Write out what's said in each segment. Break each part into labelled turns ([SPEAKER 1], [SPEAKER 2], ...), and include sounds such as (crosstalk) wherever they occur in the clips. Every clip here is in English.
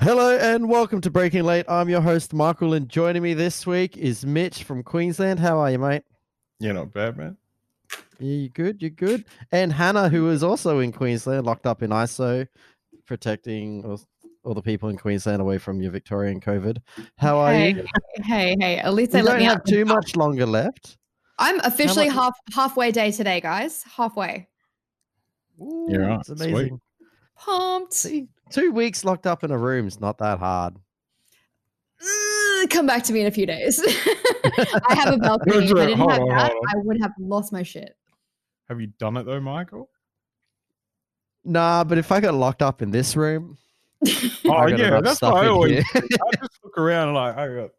[SPEAKER 1] Hello and welcome to Breaking Late. I'm your host, Michael, and joining me this week is Mitch from Queensland. How are you, mate?
[SPEAKER 2] You're not bad, man.
[SPEAKER 1] Yeah, you good? You good? And Hannah, who is also in Queensland, locked up in ISO, protecting all, all the people in Queensland away from your Victorian COVID. How are
[SPEAKER 3] hey,
[SPEAKER 1] you?
[SPEAKER 3] Hey, hey, at least they
[SPEAKER 1] you
[SPEAKER 3] let
[SPEAKER 1] don't
[SPEAKER 3] me
[SPEAKER 1] have
[SPEAKER 3] out.
[SPEAKER 1] too much longer left.
[SPEAKER 3] I'm officially
[SPEAKER 1] much-
[SPEAKER 3] half halfway day today, guys. Halfway.
[SPEAKER 1] Ooh,
[SPEAKER 2] You're right.
[SPEAKER 1] It's
[SPEAKER 2] Sweet.
[SPEAKER 1] amazing.
[SPEAKER 3] Pumped.
[SPEAKER 1] See, two weeks locked up in a room's not that hard.
[SPEAKER 3] Mm, Come back to me in a few days. (laughs)
[SPEAKER 1] (laughs)
[SPEAKER 3] I have a balcony. If
[SPEAKER 2] Hold
[SPEAKER 3] I didn't
[SPEAKER 2] on,
[SPEAKER 3] have
[SPEAKER 2] hold on,
[SPEAKER 3] that,
[SPEAKER 2] hold
[SPEAKER 3] I would have lost my shit.
[SPEAKER 2] Have you done it though, Michael?
[SPEAKER 1] Nah, but if I got locked up in this room, (laughs)
[SPEAKER 2] Oh
[SPEAKER 1] I got
[SPEAKER 2] yeah,
[SPEAKER 1] enough
[SPEAKER 2] that's
[SPEAKER 1] stuff
[SPEAKER 2] what I
[SPEAKER 1] in
[SPEAKER 2] always.
[SPEAKER 1] here.
[SPEAKER 2] I just look around and like I got.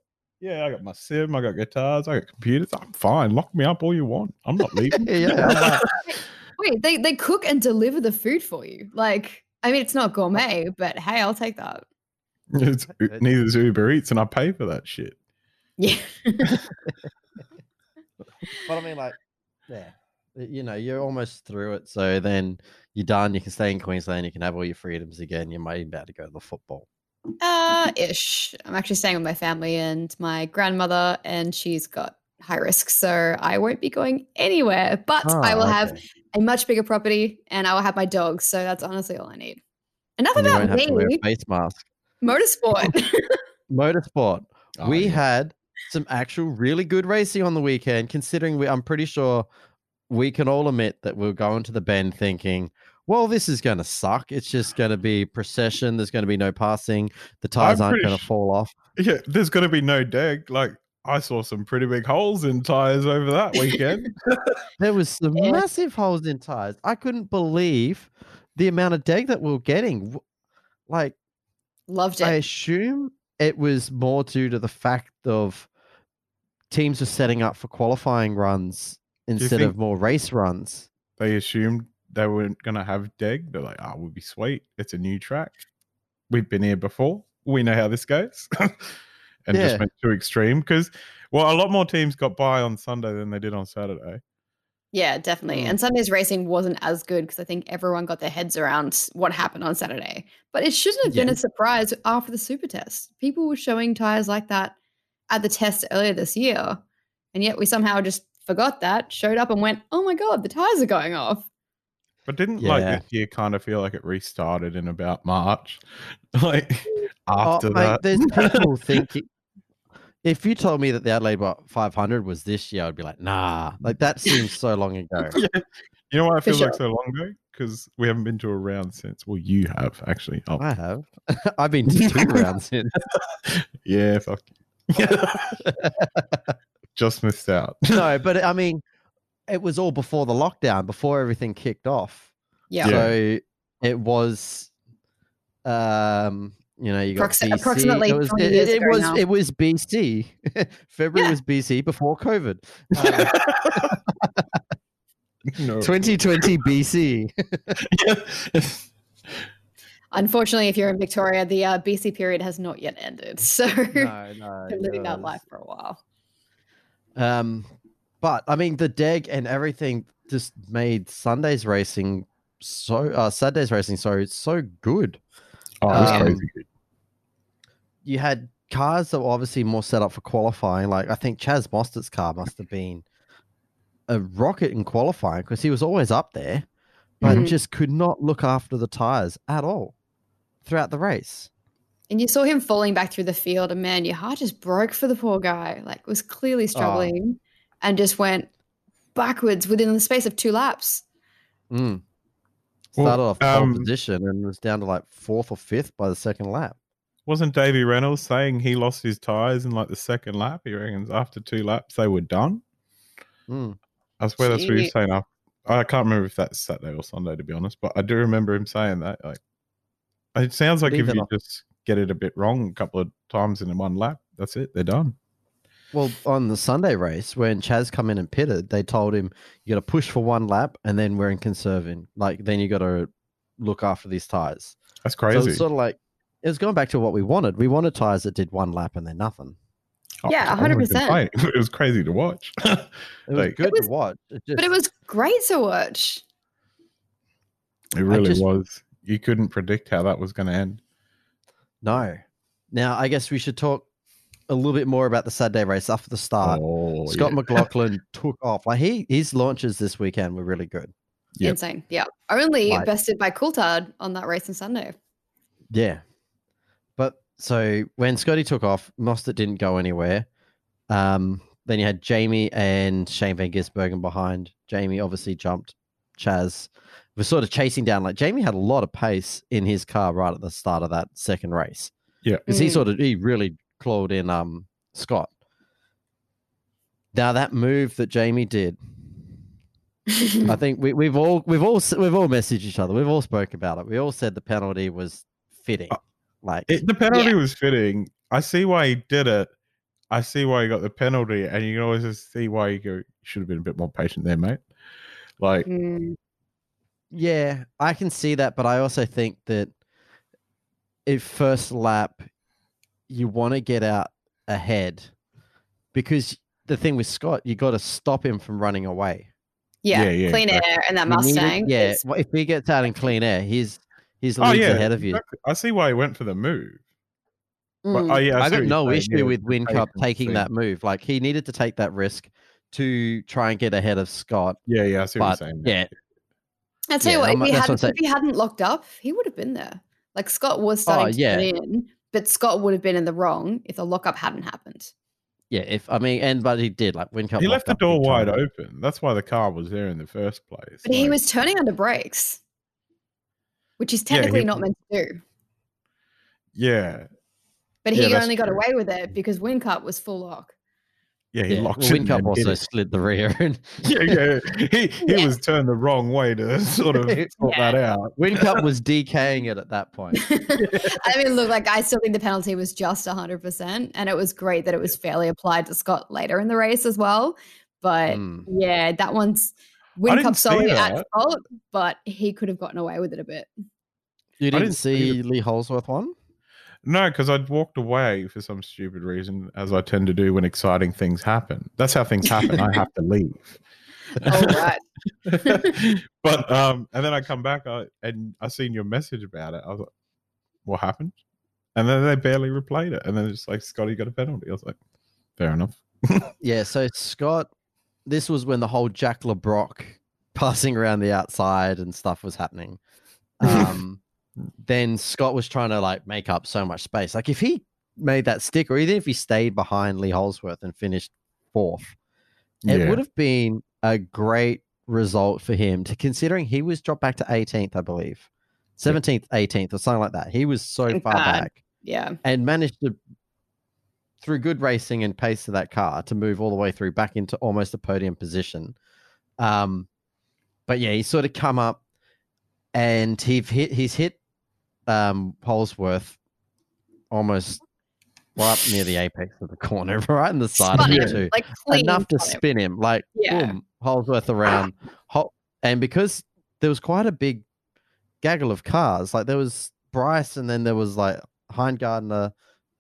[SPEAKER 2] Yeah, I got my sim. I got guitars. I got computers. I'm fine. Lock me up all you want. I'm
[SPEAKER 1] (laughs)
[SPEAKER 2] not leaving.
[SPEAKER 1] yeah, I'm like,
[SPEAKER 3] Wait, they, they cook and deliver the food for you. Like, I mean, it's not gourmet, but hey, I'll take that.
[SPEAKER 2] It's, neither is Uber Eats, and I pay for that shit.
[SPEAKER 3] Yeah.
[SPEAKER 1] But I mean, like, yeah, y- you know, you're almost through it. So then you're done. You can stay in Queensland. You can have all your freedoms again. You might even be able to go to the football.
[SPEAKER 3] (laughs) Uh, ish. I'm actually staying with my family and my grandmother, and she's got high risk, so I won't be going anywhere. But I
[SPEAKER 1] Ah,
[SPEAKER 3] will have
[SPEAKER 1] okay.
[SPEAKER 3] a much bigger property and I will have my dogs. So that's honestly all I need. Enough
[SPEAKER 1] And you won't
[SPEAKER 3] about
[SPEAKER 1] have to wear
[SPEAKER 3] me.
[SPEAKER 1] a face Oh. mask.
[SPEAKER 3] Motorsport.
[SPEAKER 1] Motorsport.
[SPEAKER 2] Oh,
[SPEAKER 1] we
[SPEAKER 2] yeah.
[SPEAKER 1] had some actual really good racing on the weekend. Considering we, I'm pretty sure we can all admit that we're going to the bend thinking. Well, this is going to suck. It's just going to be procession. There's going to be no passing. The tires aren't
[SPEAKER 2] pretty
[SPEAKER 1] going to
[SPEAKER 2] su-
[SPEAKER 1] fall off.
[SPEAKER 2] yeah, there's gonna be no deck. Like I saw some pretty big holes in tires over that weekend.
[SPEAKER 1] There was some
[SPEAKER 3] Yeah.
[SPEAKER 1] massive holes in tires. I couldn't believe the amount of deg that we were getting. W- Like
[SPEAKER 3] (laughs) Loved
[SPEAKER 1] I
[SPEAKER 3] it.
[SPEAKER 1] assume it was more due to the fact of teams were setting up for qualifying runs instead of
[SPEAKER 2] think-
[SPEAKER 1] more race runs.
[SPEAKER 2] they assumed they weren't gonna have deg. They're like, "Ah, we'll be sweet. It's a new track. We've been here before. We know how this goes." (laughs) and
[SPEAKER 1] Yeah.
[SPEAKER 2] just went too extreme because, well, a lot more teams got by on Sunday than they did on Saturday.
[SPEAKER 3] yeah, definitely.
[SPEAKER 1] Mm.
[SPEAKER 3] And Sunday's racing wasn't as good because I think everyone got their heads around what happened on Saturday. But it shouldn't have been
[SPEAKER 1] Yeah.
[SPEAKER 3] a surprise after the super test. People were showing tires like that at the test earlier this year. And yet we somehow just forgot that, showed up and went, oh my God, the tires are going off.
[SPEAKER 2] But didn't like
[SPEAKER 1] Yeah.
[SPEAKER 2] this year kind of feel like it restarted in about March, (laughs) like after
[SPEAKER 1] oh, mate,
[SPEAKER 2] that.
[SPEAKER 1] there's people thinking. If you told me that the Adelaide what, 500 was this year, I'd be like, nah, like that seems so long ago.
[SPEAKER 2] you know why I
[SPEAKER 3] For
[SPEAKER 2] feel like so long ago? Because we haven't been to a round since. Well, you have actually. Oh,
[SPEAKER 1] I have. (laughs) I've been to two rounds in.
[SPEAKER 2] yeah, fuck.
[SPEAKER 1] (laughs)
[SPEAKER 2] you. (laughs) Just missed out. (laughs)
[SPEAKER 3] (laughs)
[SPEAKER 1] no, but I mean, it was all before the lockdown, before everything kicked off.
[SPEAKER 3] Yeah.
[SPEAKER 2] Yeah.
[SPEAKER 1] So it was, um, you know, you got
[SPEAKER 3] Approxi-
[SPEAKER 1] BC.
[SPEAKER 3] approximately
[SPEAKER 1] it was,
[SPEAKER 3] 20
[SPEAKER 1] it,
[SPEAKER 3] years
[SPEAKER 1] it
[SPEAKER 3] ago
[SPEAKER 1] was
[SPEAKER 3] now.
[SPEAKER 1] it was BC. (laughs) February
[SPEAKER 3] Yeah.
[SPEAKER 1] was BC before
[SPEAKER 3] (laughs)
[SPEAKER 1] COVID. Um,
[SPEAKER 2] no. (laughs)
[SPEAKER 1] 2020
[SPEAKER 3] (laughs)
[SPEAKER 1] BC.
[SPEAKER 3] Unfortunately, if you're in Victoria, the uh, BC period has not yet ended. (laughs)
[SPEAKER 1] (laughs)
[SPEAKER 3] So
[SPEAKER 1] no, no,
[SPEAKER 3] been living
[SPEAKER 1] no,
[SPEAKER 3] that life for a while.
[SPEAKER 1] Um, but I mean, the deg and everything just made Sunday's racing so uh, Saturday's racing so so good.
[SPEAKER 2] Oh, it was
[SPEAKER 1] Um,
[SPEAKER 2] crazy.
[SPEAKER 1] you had cars that were obviously more set up for qualifying. Like I think Chaz Mostert's car must have been a rocket in qualifying because he was always up there, but
[SPEAKER 2] Mm-hmm.
[SPEAKER 3] Mhm.
[SPEAKER 1] just could not look after the tires at all throughout the race.
[SPEAKER 3] And you saw him falling back through the field, and man, your heart just broke for the poor guy. Like, was
[SPEAKER 1] Oh.
[SPEAKER 3] clearly struggling and just went backwards within the space of two laps.
[SPEAKER 1] Mm.
[SPEAKER 2] Well,
[SPEAKER 1] Started off pole
[SPEAKER 2] um,
[SPEAKER 1] position and was down to like fourth or fifth by the second lap.
[SPEAKER 2] Wasn't Davy Reynolds saying he lost his tires in like the second lap? He reckons after two laps they were done.
[SPEAKER 1] Mm.
[SPEAKER 2] I swear that's what he was
[SPEAKER 3] Gee.
[SPEAKER 2] saying. I, I can't remember if that's Saturday or Sunday to be honest, but I do remember him saying that. Like, it sounds like if
[SPEAKER 1] Leave it
[SPEAKER 2] you
[SPEAKER 1] up.
[SPEAKER 2] just get it a bit wrong a couple of times in one lap, that's it. They're done.
[SPEAKER 1] Well, on the Sunday race when Chaz come in and pitted, they told him you got to push for one lap and then we're in conserving. Like then you got to look after these tires.
[SPEAKER 2] That's
[SPEAKER 1] So
[SPEAKER 2] crazy.
[SPEAKER 1] it's sort of like it was going back to what we wanted. We wanted tires that did one lap and then nothing.
[SPEAKER 2] Oh,
[SPEAKER 3] Yeah,
[SPEAKER 2] I wouldn't
[SPEAKER 3] 100%.
[SPEAKER 2] complain. It (laughs) was crazy to watch.
[SPEAKER 1] (coughs)
[SPEAKER 2] it
[SPEAKER 1] It was
[SPEAKER 2] Like- It
[SPEAKER 1] good
[SPEAKER 3] was-
[SPEAKER 1] to watch. It just,
[SPEAKER 3] But it was great to watch.
[SPEAKER 2] really
[SPEAKER 1] just-
[SPEAKER 2] was. You couldn't predict how that was going to end.
[SPEAKER 1] No. Now, I guess we should talk a little bit more about the Saturday race after the start.
[SPEAKER 2] oh,
[SPEAKER 1] Uh, Scott
[SPEAKER 2] yeah.
[SPEAKER 1] McLaughlin took off. Like he his launches this weekend were really good.
[SPEAKER 2] Yep.
[SPEAKER 3] Insane. Yeah. Only
[SPEAKER 1] Like-
[SPEAKER 3] bested by Coulthard on that race on Sunday.
[SPEAKER 1] Yeah. But so when Scotty took off, Mostert didn't go anywhere. Um, then you had Jamie and Shane Van Gisbergen behind. Jamie obviously jumped Chaz. Was sort of chasing down. Like Jamie had a lot of pace in his car right at the start of that second race.
[SPEAKER 2] Yeah.
[SPEAKER 1] Because he
[SPEAKER 3] Mm.
[SPEAKER 1] sort of he really clawed in um Scott. Now that move that Jamie did,
[SPEAKER 3] (laughs)
[SPEAKER 1] I think we, we've all we've all s- we've all messaged each other. We've all spoke about it. We all said the penalty was fitting.
[SPEAKER 2] Uh,
[SPEAKER 1] Like
[SPEAKER 2] It, the penalty
[SPEAKER 3] Yeah.
[SPEAKER 2] was fitting. I see why he did it. I see why he got the penalty, and you can always just see why you go. You should have been a bit more patient there, mate. Like,
[SPEAKER 3] Mm.
[SPEAKER 1] Yeah, I can see that, but I also think that if first lap you want to get out ahead because the thing with Scott, you got to stop him from running away.
[SPEAKER 3] Yeah,
[SPEAKER 2] Yeah, yeah,
[SPEAKER 3] clean air and that
[SPEAKER 1] You need-
[SPEAKER 3] Mustang.
[SPEAKER 1] Mm-hmm. yeah.
[SPEAKER 3] is-
[SPEAKER 1] well, If he gets out in clean air, he's he's
[SPEAKER 2] oh
[SPEAKER 1] leagues
[SPEAKER 2] yeah,
[SPEAKER 1] ahead of you.
[SPEAKER 2] exactly. I see why he went for the move. But,
[SPEAKER 3] Mm.
[SPEAKER 2] oh, yeah,
[SPEAKER 1] I
[SPEAKER 2] see what
[SPEAKER 1] got
[SPEAKER 2] you're
[SPEAKER 1] no
[SPEAKER 2] saying, yeah,
[SPEAKER 1] issue with Win
[SPEAKER 2] pay
[SPEAKER 1] Cup
[SPEAKER 2] attention
[SPEAKER 1] taking
[SPEAKER 2] to-
[SPEAKER 1] that move. Like he needed to take that risk to try and get ahead of Scott.
[SPEAKER 2] Yeah, yeah, I see
[SPEAKER 1] But
[SPEAKER 2] what you're saying.
[SPEAKER 1] yeah,
[SPEAKER 3] I tell
[SPEAKER 1] Yeah,
[SPEAKER 3] you what,
[SPEAKER 1] I'm-
[SPEAKER 3] if he,
[SPEAKER 1] that's what I'm
[SPEAKER 3] hadn't,
[SPEAKER 1] saying. Oh,
[SPEAKER 3] if he hadn't locked up, he would have been there. Like Scott was starting to
[SPEAKER 1] yeah.
[SPEAKER 3] get in, but Scott would have been in the wrong if the lockup hadn't happened.
[SPEAKER 1] yeah. If I mean, and but he did like Win Cup.
[SPEAKER 2] He left
[SPEAKER 1] locked
[SPEAKER 2] the
[SPEAKER 1] up
[SPEAKER 2] door
[SPEAKER 1] big
[SPEAKER 2] wide
[SPEAKER 1] time.
[SPEAKER 2] open. That's why the car was there in the first place.
[SPEAKER 3] But he
[SPEAKER 2] Like,
[SPEAKER 3] was turning under brakes, which he's
[SPEAKER 2] Yeah, he-
[SPEAKER 3] technically not meant to do.
[SPEAKER 2] yeah,
[SPEAKER 3] But
[SPEAKER 2] Yeah,
[SPEAKER 3] he
[SPEAKER 2] that's
[SPEAKER 3] only got
[SPEAKER 2] true.
[SPEAKER 3] away with it because Wincup was full
[SPEAKER 2] (laughs)
[SPEAKER 3] lock. (laughs)
[SPEAKER 2] yeah, he
[SPEAKER 1] yeah.
[SPEAKER 2] locked
[SPEAKER 1] well,
[SPEAKER 2] it
[SPEAKER 1] Win
[SPEAKER 2] and
[SPEAKER 1] Cup
[SPEAKER 2] then hit
[SPEAKER 1] also
[SPEAKER 2] it.
[SPEAKER 1] slid the rear (laughs) end.
[SPEAKER 2] (laughs) Yeah, yeah, he he
[SPEAKER 3] Yeah.
[SPEAKER 2] was turned the wrong way to (laughs)
[SPEAKER 1] (laughs)
[SPEAKER 2] sort of sort that out.
[SPEAKER 1] Win Cup (laughs) was decaying it at that point.
[SPEAKER 3] I mean, look, like I still think the penalty was just 100%. And it was great that it was fairly applied to Scott later in the race as well. But
[SPEAKER 1] Mm.
[SPEAKER 3] yeah, that one's
[SPEAKER 2] didn't
[SPEAKER 3] Wincup's
[SPEAKER 2] see
[SPEAKER 3] solely at
[SPEAKER 2] that.
[SPEAKER 3] fault, but he could have gotten away with it
[SPEAKER 2] (laughs)
[SPEAKER 3] a bit.
[SPEAKER 1] You didn't,
[SPEAKER 2] didn't see
[SPEAKER 1] see Lee Holsworth one?
[SPEAKER 2] No, because I'd walked away for some stupid reason, as I tend to do when exciting things happen. That's how things happen. I have to leave.
[SPEAKER 3] All right.
[SPEAKER 2] but um, and then I come back I, and I seen your message about it. I was like, "What happened?" And then they barely replayed it. And then it's like Scotty got a penalty. I was like, "Fair enough."
[SPEAKER 1] Yeah, so Scott, this was when the whole Jack LeBrock (laughs) passing around the outside and stuff was happening. (laughs) Um, then Scott was trying to like make up so much space. Like if he made that stick, or even if he stayed behind Lee Holsworth and finished fourth, it would have been a great result for him to considering he was dropped back to 18th i believe 17th 18th or something like that he was so
[SPEAKER 3] Thank
[SPEAKER 1] far
[SPEAKER 3] God.
[SPEAKER 1] back
[SPEAKER 3] Yeah.
[SPEAKER 1] and managed to through good racing and pace of that car to move all the way through back into almost a podium position um but yeah he's sort of come up and he've hit he's hit um holsworth almost right up near the apex of the corner (laughs) right in the side
[SPEAKER 3] Spun
[SPEAKER 1] of
[SPEAKER 2] Yeah.
[SPEAKER 1] it
[SPEAKER 3] him,
[SPEAKER 1] too
[SPEAKER 3] Like clean
[SPEAKER 1] enough to
[SPEAKER 3] spun him.
[SPEAKER 1] spin him. Like,
[SPEAKER 3] Yeah.
[SPEAKER 1] boom, Holsworth around. Hol- and because there was quite a big gaggle of cars, like there was Bryce and then there was like Heindgardner,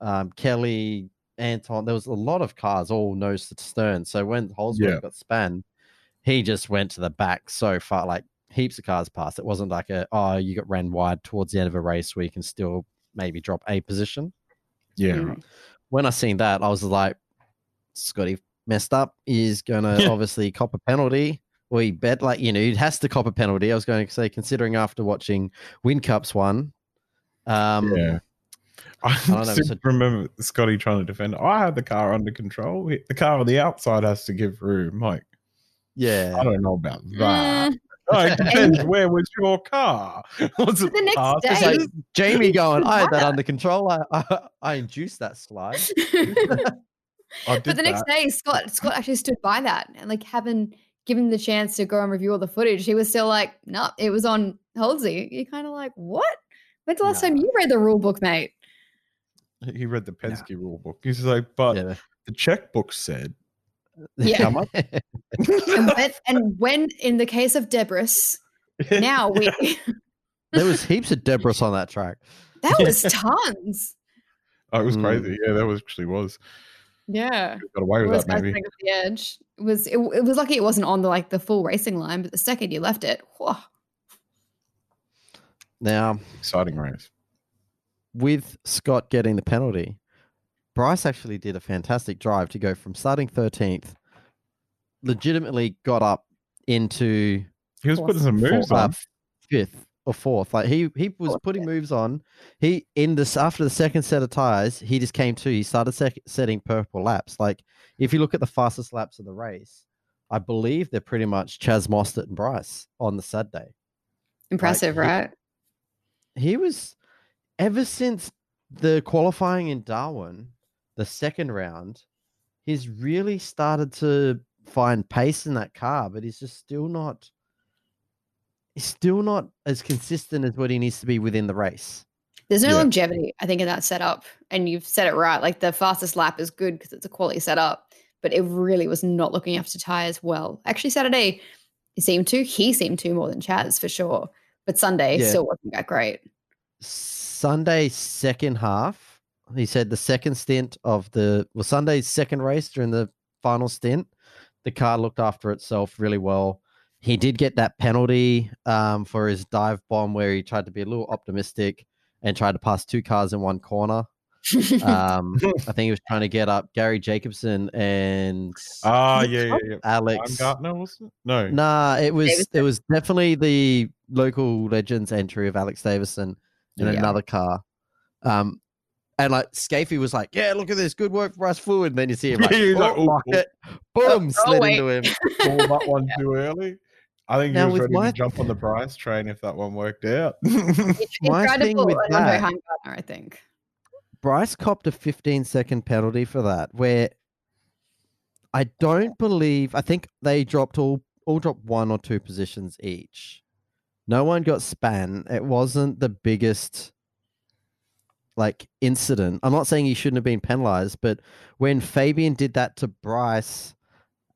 [SPEAKER 1] um, Kelly, Anton. There was a lot of cars all nose to stern. So when Holsworth
[SPEAKER 2] Yeah.
[SPEAKER 1] got spanned, he just went to the back so far, like heaps of cars passed. It wasn't like a, oh, you got ran wide towards the end of a race where you can still maybe drop a position
[SPEAKER 2] Yeah.
[SPEAKER 3] Mm.
[SPEAKER 2] right.
[SPEAKER 1] when I seen that, I was like, Scotty messed up. He's gonna
[SPEAKER 2] Yeah.
[SPEAKER 1] obviously cop a penalty. Or he bet like you know, he has to cop a penalty. I was going to say, considering after watching Win Cups one, um,
[SPEAKER 2] yeah. I,
[SPEAKER 1] don't know,
[SPEAKER 2] seem
[SPEAKER 1] so-
[SPEAKER 2] to remember Scotty trying to defend. I had the car under control. The car on the outside has to give room. Like
[SPEAKER 1] yeah,
[SPEAKER 2] I don't know about that.
[SPEAKER 3] Mm, (laughs)
[SPEAKER 2] Like, Oh, depends where was your car? (laughs) Was
[SPEAKER 3] But
[SPEAKER 2] it
[SPEAKER 3] the next
[SPEAKER 2] past-
[SPEAKER 1] It's
[SPEAKER 3] day,
[SPEAKER 1] like Jamie going, I had that
[SPEAKER 3] Why?
[SPEAKER 1] under control. I, I I induced that
[SPEAKER 2] (laughs)
[SPEAKER 1] slide.
[SPEAKER 3] (laughs)
[SPEAKER 2] I
[SPEAKER 3] but
[SPEAKER 2] did
[SPEAKER 3] the next
[SPEAKER 2] that.
[SPEAKER 3] day, Scott Scott actually stood by that and like having given the chance to go and review all the footage, he was still like, "No, it was on Halsey." You're kind of like, "What? When's the last time
[SPEAKER 1] Nah.
[SPEAKER 3] you read the rule book, mate?"
[SPEAKER 2] he read the Penske rule book. He's like, but
[SPEAKER 1] Yeah,
[SPEAKER 2] the checkbook said. (laughs)
[SPEAKER 1] (laughs)
[SPEAKER 3] Yeah.
[SPEAKER 1] Come on.
[SPEAKER 3] And when, and when in the case of Debris, now we (laughs)
[SPEAKER 1] there was heaps of debris on that track.
[SPEAKER 3] that was tons.
[SPEAKER 2] oh, it was
[SPEAKER 1] Mm.
[SPEAKER 2] crazy. Yeah, that was actually was.
[SPEAKER 3] Yeah.
[SPEAKER 2] Got away
[SPEAKER 3] It
[SPEAKER 2] with
[SPEAKER 3] was
[SPEAKER 2] that maybe.
[SPEAKER 3] bouncing off the edge. It was it, it was lucky it wasn't on the like the full racing line, but the second you left it, whoa.
[SPEAKER 1] Now,
[SPEAKER 2] Exciting race.
[SPEAKER 1] with Scott getting the penalty, Bryce actually did a fantastic drive to go from starting 13th, legitimately got up into
[SPEAKER 2] He was putting some
[SPEAKER 1] four-
[SPEAKER 2] moves
[SPEAKER 1] uh,
[SPEAKER 2] on.
[SPEAKER 1] fifth or fourth. Like he he was
[SPEAKER 3] Fourth,
[SPEAKER 1] putting
[SPEAKER 3] yeah.
[SPEAKER 1] moves on. He in this after the second set of tires, he just came to. He started sec- setting purple laps. Like if you look at the fastest laps of the race, I believe they're pretty much Chaz Mostert and Bryce on the Saturday
[SPEAKER 3] Impressive,
[SPEAKER 1] he-
[SPEAKER 3] right?
[SPEAKER 1] he was ever since the qualifying in Darwin, the second round, he's really started to find pace in that car, but he's just still not he's still not as consistent as what he needs to be within the race.
[SPEAKER 3] There's no
[SPEAKER 2] Yeah.
[SPEAKER 3] longevity, I think, in that setup. And you've said it right. Like the fastest lap is good because it's a quality setup, but it really was not looking after tyres well. Actually, Saturday, he seemed to. He seemed to more than Chaz for sure. But Sunday
[SPEAKER 1] Yeah.
[SPEAKER 3] still wasn't that great.
[SPEAKER 1] Sunday second half, he said the second stint of the well Sunday's second race during the final stint, the car looked after itself really well. He did get that penalty um, for his dive bomb where he tried to be a little optimistic and tried to pass two cars in one corner. Um, I think he was trying to get up Gary Jacobson and
[SPEAKER 2] Ah, yeah, yeah, yeah.
[SPEAKER 1] Alex.
[SPEAKER 2] Baumgartner, wasn't it? No.
[SPEAKER 1] Nah, it was it
[SPEAKER 3] Davison.
[SPEAKER 1] was definitely the local legends entry of Alex Davison in
[SPEAKER 3] Yeah.
[SPEAKER 1] another car. Um, and like Scafey was like, "Yeah, look at this, good work, Bryce Fluid." And then you see
[SPEAKER 2] (laughs)
[SPEAKER 1] him like,
[SPEAKER 2] Yeah, he's
[SPEAKER 1] "Oh,
[SPEAKER 2] like, "Oh,
[SPEAKER 1] fuck
[SPEAKER 2] oh."
[SPEAKER 1] it."
[SPEAKER 3] Oh,
[SPEAKER 1] boom,
[SPEAKER 3] oh,
[SPEAKER 1] slid
[SPEAKER 3] wait.
[SPEAKER 1] into him.
[SPEAKER 2] Pulled that one too early. I think
[SPEAKER 1] Now
[SPEAKER 2] he was
[SPEAKER 1] with
[SPEAKER 2] ready
[SPEAKER 1] my-
[SPEAKER 2] to jump on the Bryce train if that one worked
[SPEAKER 3] (laughs)
[SPEAKER 2] out.
[SPEAKER 3] (laughs)
[SPEAKER 2] (laughs)
[SPEAKER 3] he, he
[SPEAKER 1] my
[SPEAKER 3] tried to
[SPEAKER 1] thing
[SPEAKER 3] pull
[SPEAKER 1] with
[SPEAKER 3] Orlando
[SPEAKER 1] that-
[SPEAKER 3] Heimgartner, I think.
[SPEAKER 1] Bryce copped a 15 second penalty for that, where I don't believe I think they dropped all all dropped one or two positions each. No one got span. It wasn't the biggest like incident. I'm not saying he shouldn't have been penalized, but when Fabian did that to Bryce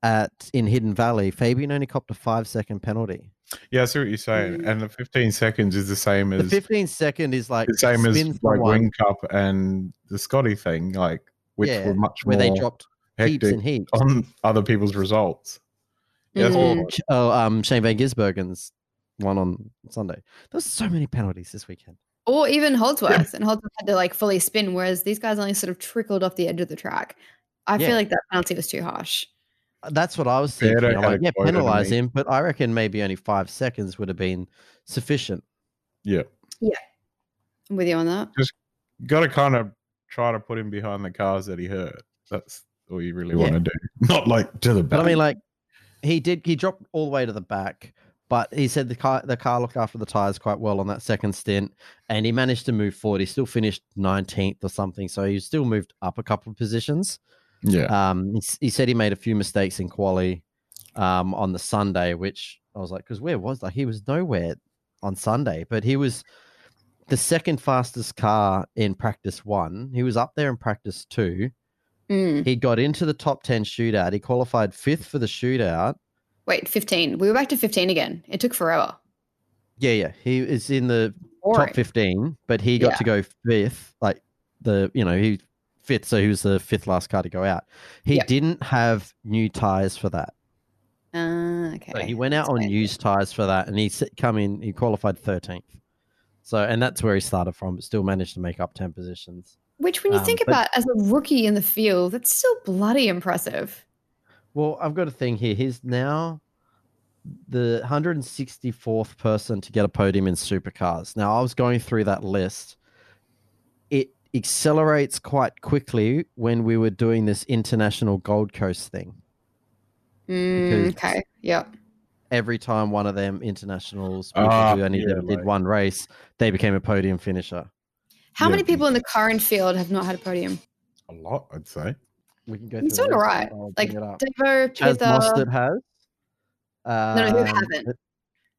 [SPEAKER 1] at in Hidden Valley, Fabian only copped a five second penalty.
[SPEAKER 2] yeah, I see what you're saying.
[SPEAKER 3] Mm.
[SPEAKER 2] And the 15 seconds is the same
[SPEAKER 1] The
[SPEAKER 2] as
[SPEAKER 1] 15 second is like
[SPEAKER 2] the same as
[SPEAKER 1] spin
[SPEAKER 2] like
[SPEAKER 1] someone
[SPEAKER 2] Wing Cup and the Scotty thing, like which
[SPEAKER 1] Yeah,
[SPEAKER 2] were much
[SPEAKER 1] where
[SPEAKER 2] more
[SPEAKER 1] they dropped heaps
[SPEAKER 2] hectic
[SPEAKER 1] and heaps.
[SPEAKER 2] on other people's results. Mm-hmm. Yeah, that's
[SPEAKER 3] Mm.
[SPEAKER 2] what-
[SPEAKER 1] Ch- Oh, um, Shane Van Gisbergen's one on Sunday. There's so many penalties this weekend.
[SPEAKER 3] Or even Holdsworth, and Holdsworth had to like fully spin, whereas these guys only sort of trickled off the edge of the track. I
[SPEAKER 1] Yeah.
[SPEAKER 3] feel like that penalty was too harsh.
[SPEAKER 1] Uh, That's what I was
[SPEAKER 2] Yeah, I
[SPEAKER 1] thinking.
[SPEAKER 2] don't
[SPEAKER 1] I'm
[SPEAKER 2] have
[SPEAKER 1] like,
[SPEAKER 2] it
[SPEAKER 1] yeah,
[SPEAKER 2] quoted, I
[SPEAKER 1] penalize
[SPEAKER 2] mean.
[SPEAKER 1] him, but I reckon maybe only five seconds would have been sufficient.
[SPEAKER 2] Yeah.
[SPEAKER 3] I'm with you on that.
[SPEAKER 2] Got to kind of try to put him behind the cars that he hurt. That's all you really
[SPEAKER 3] Yeah.
[SPEAKER 2] want to do. (laughs) Not like to the back.
[SPEAKER 1] But I mean, like, he did. He dropped all the way to the back, but he said the car the car looked after the tires quite well on that second stint, and he managed to move forward. He still finished 19th or something, so he still moved up a couple of positions.
[SPEAKER 2] yeah.
[SPEAKER 1] Um, he, s- he said he made a few mistakes in quali um, on the Sunday, which I was like, because where was like he was nowhere on Sunday, but he was the second fastest car in practice one. He was up there in practice two.
[SPEAKER 3] Mm.
[SPEAKER 1] He got into the top ten shootout. He qualified fifth for the shootout.
[SPEAKER 3] Wait, 15. We were back to 15 again. It took forever.
[SPEAKER 1] Yeah, yeah, he is in the
[SPEAKER 3] Boring.
[SPEAKER 1] top fifteen, but he got
[SPEAKER 3] Yeah.
[SPEAKER 1] to go fifth. Like the you know he fifth, so he was the fifth last car to go out. He
[SPEAKER 3] Yep.
[SPEAKER 1] didn't have new tires for that.
[SPEAKER 3] Ah, okay.
[SPEAKER 1] So he went out
[SPEAKER 3] That's
[SPEAKER 1] on
[SPEAKER 3] fair.
[SPEAKER 1] used tires for that, and he s- come in. He qualified thirteenth. So, and that's where he started from, but still managed to make up ten positions.
[SPEAKER 3] Which, when you
[SPEAKER 1] um,
[SPEAKER 3] think
[SPEAKER 1] but-
[SPEAKER 3] about as a rookie in the field, that's still bloody impressive.
[SPEAKER 1] Well, I've got a thing here. He's now the 164th person to get a podium in supercars. Now, I was going through that list. It accelerates quite quickly when we were doing this international Gold Coast thing.
[SPEAKER 3] Mm,
[SPEAKER 1] Because-
[SPEAKER 3] okay. Yeah.
[SPEAKER 1] Every time one of them internationals, people
[SPEAKER 2] Ah,
[SPEAKER 1] who only
[SPEAKER 2] yeah,
[SPEAKER 1] did- did
[SPEAKER 2] like-
[SPEAKER 1] one race, they became a podium finisher.
[SPEAKER 3] How
[SPEAKER 2] Yeah.
[SPEAKER 3] many people in the current field have not had a podium?
[SPEAKER 2] a lot, I'd say.
[SPEAKER 1] We can go.
[SPEAKER 3] He's
[SPEAKER 1] through the
[SPEAKER 3] doing all
[SPEAKER 1] list
[SPEAKER 3] right.
[SPEAKER 1] and I'll
[SPEAKER 3] Like
[SPEAKER 1] bring it up.
[SPEAKER 3] Devo,
[SPEAKER 1] Chaz
[SPEAKER 3] Pither.
[SPEAKER 1] Mostert has.
[SPEAKER 3] no, who
[SPEAKER 1] Um,
[SPEAKER 3] haven't?
[SPEAKER 1] but-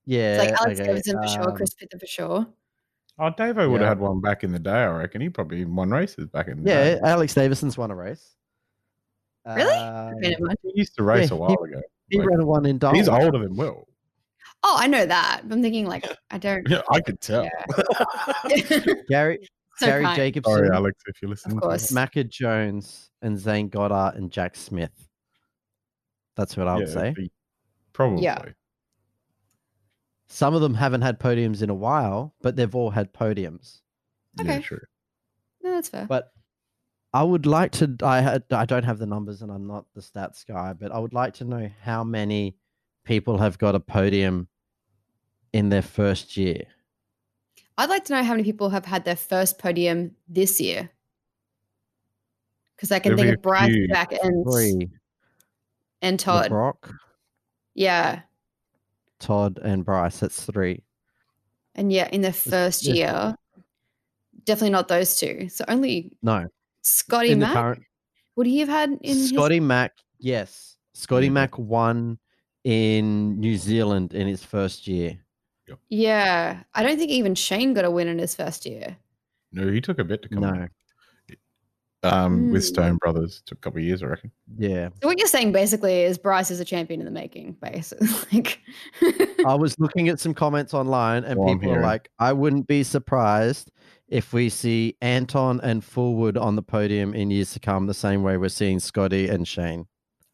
[SPEAKER 1] Yeah,
[SPEAKER 3] It's like Alex
[SPEAKER 1] okay,
[SPEAKER 3] Davidson for sure,
[SPEAKER 1] um,
[SPEAKER 3] Chris Pither for sure.
[SPEAKER 2] Oh, Davo would
[SPEAKER 1] Yeah.
[SPEAKER 2] have had one back in the day, I reckon. He probably won races back in the
[SPEAKER 1] yeah, uh,
[SPEAKER 2] day.
[SPEAKER 1] Alex Davison's won a race.
[SPEAKER 3] Really?
[SPEAKER 1] Um,
[SPEAKER 3] Bear in mind.
[SPEAKER 2] He used to race
[SPEAKER 1] Yeah,
[SPEAKER 2] a
[SPEAKER 1] he-
[SPEAKER 2] while ago.
[SPEAKER 1] he ran one in Darwin.
[SPEAKER 2] He's older than Will.
[SPEAKER 3] Oh, I know that. but I'm thinking like
[SPEAKER 1] (laughs)
[SPEAKER 3] I don't.
[SPEAKER 2] Yeah, I could tell.
[SPEAKER 3] Yeah.
[SPEAKER 1] Gary,
[SPEAKER 3] (laughs) so
[SPEAKER 1] Gary
[SPEAKER 3] kind.
[SPEAKER 1] Jacobson,
[SPEAKER 2] Sorry, Alex, if you listen. to
[SPEAKER 3] course.
[SPEAKER 2] us.
[SPEAKER 1] Macca Jones, and Zane Goddard and Jack Smith. That's what I would
[SPEAKER 2] Yeah,
[SPEAKER 1] say.
[SPEAKER 2] he- Probably.
[SPEAKER 1] Some of them haven't had podiums in a while, but they've all had podiums.
[SPEAKER 2] Yeah,
[SPEAKER 3] Okay.
[SPEAKER 2] true.
[SPEAKER 3] No, that's fair.
[SPEAKER 1] But I would like to. I had, I don't have the numbers, and I'm not the stats guy. But I would like to know how many people have got a podium in their first year.
[SPEAKER 3] I'd like to know how many people have had their first podium this year. Because I can
[SPEAKER 2] There'll
[SPEAKER 3] think
[SPEAKER 2] be
[SPEAKER 3] of
[SPEAKER 2] a
[SPEAKER 3] Bryce
[SPEAKER 2] few.
[SPEAKER 3] back and,
[SPEAKER 1] Three.
[SPEAKER 3] and Todd.
[SPEAKER 1] Brock,
[SPEAKER 3] Yeah.
[SPEAKER 1] Todd, and Bryce. That's three.
[SPEAKER 3] And yeah, in their first
[SPEAKER 1] yeah.
[SPEAKER 3] year, definitely not those two. So only
[SPEAKER 1] No,
[SPEAKER 3] Scotty
[SPEAKER 1] in the
[SPEAKER 3] Mack.
[SPEAKER 1] current
[SPEAKER 3] Would he have had in his-
[SPEAKER 1] Scotty Mac. Yes, Scotty
[SPEAKER 2] Yeah.
[SPEAKER 1] Mac won in New Zealand in his first year.
[SPEAKER 3] Yeah. I don't think even Shane got a win in his first year.
[SPEAKER 2] No, he took a bit to come.
[SPEAKER 1] No,
[SPEAKER 2] Um, with
[SPEAKER 3] Mm.
[SPEAKER 2] Stone Brothers, took a couple of years, I reckon.
[SPEAKER 1] yeah.
[SPEAKER 3] So what you're saying basically is Bryce is a champion in the making, basically. (laughs) like,
[SPEAKER 1] I was looking at some comments online, and
[SPEAKER 2] Well, I'm
[SPEAKER 1] people are
[SPEAKER 2] hearing.
[SPEAKER 1] like, "I wouldn't be surprised if we see Anton and Fullwood on the podium in years to come, the same way we're seeing Scotty and Shane."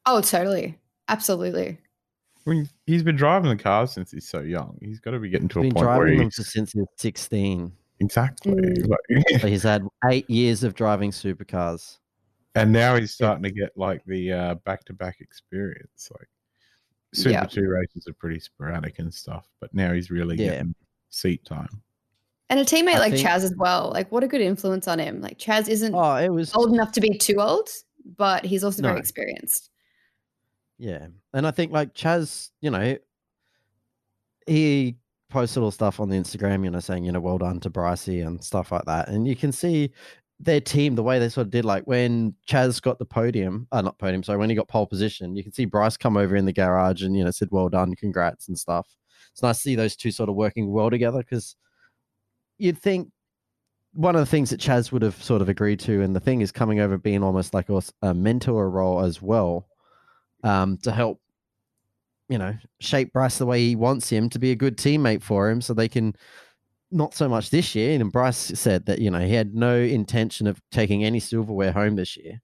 [SPEAKER 3] oh, totally. Absolutely.
[SPEAKER 2] I mean, he's been driving the car since he's so young. He's got to be getting to a
[SPEAKER 1] Been
[SPEAKER 2] point where
[SPEAKER 1] driving
[SPEAKER 2] he,
[SPEAKER 1] them since he was
[SPEAKER 2] (laughs)
[SPEAKER 1] sixteen,
[SPEAKER 2] exactly. (laughs)
[SPEAKER 3] Mm.
[SPEAKER 2] like-
[SPEAKER 1] so he's had eight years of driving supercars.
[SPEAKER 2] and now he's starting to get like the uh, back-to-back experience. Like Super
[SPEAKER 3] Yeah.
[SPEAKER 2] Two races are pretty sporadic and stuff, but now he's really
[SPEAKER 1] Yeah.
[SPEAKER 2] getting seat time.
[SPEAKER 3] And a teammate
[SPEAKER 1] I
[SPEAKER 3] like
[SPEAKER 1] think-
[SPEAKER 3] Chaz as well. Like, what a good influence on him. Like, Chaz isn't
[SPEAKER 1] Oh, it was
[SPEAKER 3] old enough to be too old, but he's also very
[SPEAKER 2] No.
[SPEAKER 3] experienced.
[SPEAKER 1] Yeah. And I think like Chaz, you know, he posted all stuff on the Instagram, you know, saying, you know, well done to Brycey and stuff like that. And you can see their team, the way they sort of did, like when Chaz got the podium, uh, not podium, sorry, when he got pole position, you can see Bryce come over in the garage and, you know, said, well done, congrats and stuff. It's nice to see those two sort of working well together because you'd think one of the things that Chaz would have sort of agreed to, and the thing is coming over being almost like a a mentor role as well um, to help, you know, shape Bryce the way he wants him to be a good teammate for him, so they can not so much this year. And Bryce said that you know he had no intention of taking any silverware home this year,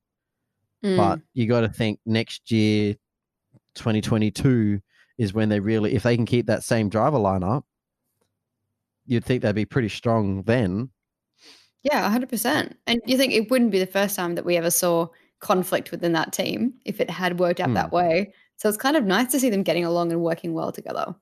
[SPEAKER 3] Mm.
[SPEAKER 1] but you got to think next year, 2022 is when they really, if they can keep that same driver lineup, you'd think they'd be pretty strong then.
[SPEAKER 3] yeah, 100%. And you think it wouldn't be the first time that we ever saw conflict within that team if it had worked out
[SPEAKER 1] Mm.
[SPEAKER 3] that way. So it's kind of nice to see them getting along and working well together.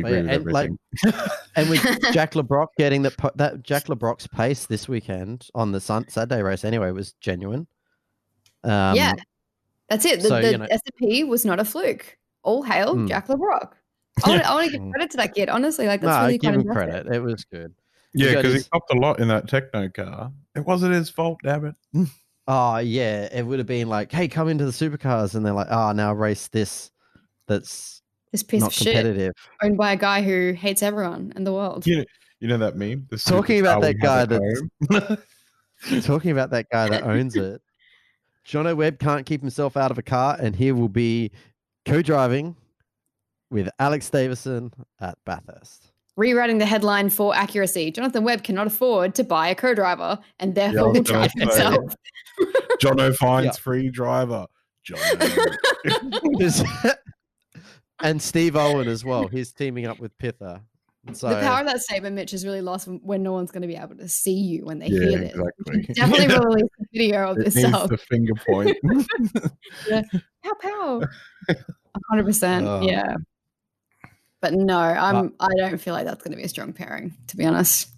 [SPEAKER 1] But
[SPEAKER 2] agree
[SPEAKER 1] yeah,
[SPEAKER 2] with
[SPEAKER 1] and, like,
[SPEAKER 2] everything.
[SPEAKER 1] And
[SPEAKER 3] (laughs)
[SPEAKER 1] with Jack LeBrock getting that po- that Jack LeBrock's pace this weekend on the sun- Saturday race anyway was genuine. Um,
[SPEAKER 3] yeah, that's it. The,
[SPEAKER 1] so,
[SPEAKER 3] the
[SPEAKER 1] you know-
[SPEAKER 3] S&P was not a fluke. All hail
[SPEAKER 1] Mm.
[SPEAKER 3] Jack
[SPEAKER 1] (laughs)
[SPEAKER 3] LeBrock. I want, to, I want to give
[SPEAKER 1] Mm.
[SPEAKER 3] credit to that kid. Honestly, like that's
[SPEAKER 1] Nah,
[SPEAKER 3] really
[SPEAKER 1] give
[SPEAKER 3] quite
[SPEAKER 1] him
[SPEAKER 3] impressive.
[SPEAKER 1] credit. It was good.
[SPEAKER 2] Yeah,
[SPEAKER 1] got
[SPEAKER 2] because he
[SPEAKER 1] his-
[SPEAKER 2] copped a lot in that techno car. It wasn't his fault, damn it.
[SPEAKER 1] Oh yeah, it would have been like, hey, come into the supercars, and they're like, oh, now race this. That's
[SPEAKER 3] This piece
[SPEAKER 1] not
[SPEAKER 3] of shit
[SPEAKER 1] competitive.
[SPEAKER 3] owned by a guy who hates everyone in the world.
[SPEAKER 2] You know, you know that meme. The
[SPEAKER 1] Talking about
[SPEAKER 2] supercar
[SPEAKER 1] that
[SPEAKER 2] we have
[SPEAKER 1] guy that's-
[SPEAKER 2] at home?
[SPEAKER 1] Talking about that guy that owns it, John Webb can't keep himself out of a car, and he will be co-driving with Alex Davison at Bathurst.
[SPEAKER 3] Rewriting the headline for accuracy. Jonathan Webb cannot afford to buy a co-driver and (laughs) therefore
[SPEAKER 2] I
[SPEAKER 3] will
[SPEAKER 2] was gonna
[SPEAKER 3] drive
[SPEAKER 2] say.
[SPEAKER 3] himself.
[SPEAKER 2] (laughs) John O'Fine's
[SPEAKER 1] Yeah.
[SPEAKER 2] free driver.
[SPEAKER 3] (laughs)
[SPEAKER 2] John.
[SPEAKER 1] This- (laughs) and Steve Owen as well. He's teaming up with Pitha. So
[SPEAKER 3] the power of that statement, Mitch, is really lost when no one's going to be able to see you when they
[SPEAKER 2] yeah,
[SPEAKER 3] hear this.
[SPEAKER 2] exactly. (laughs)
[SPEAKER 3] Definitely release a video of
[SPEAKER 2] it
[SPEAKER 3] this
[SPEAKER 2] needs
[SPEAKER 3] up.
[SPEAKER 2] the finger
[SPEAKER 3] (laughs)
[SPEAKER 2] point. (laughs)
[SPEAKER 3] Pow pow. A hundred percent.
[SPEAKER 1] Oh.
[SPEAKER 3] Yeah. But no, I'm.
[SPEAKER 2] Uh,
[SPEAKER 3] I don't feel like that's going to be a strong pairing, to be honest.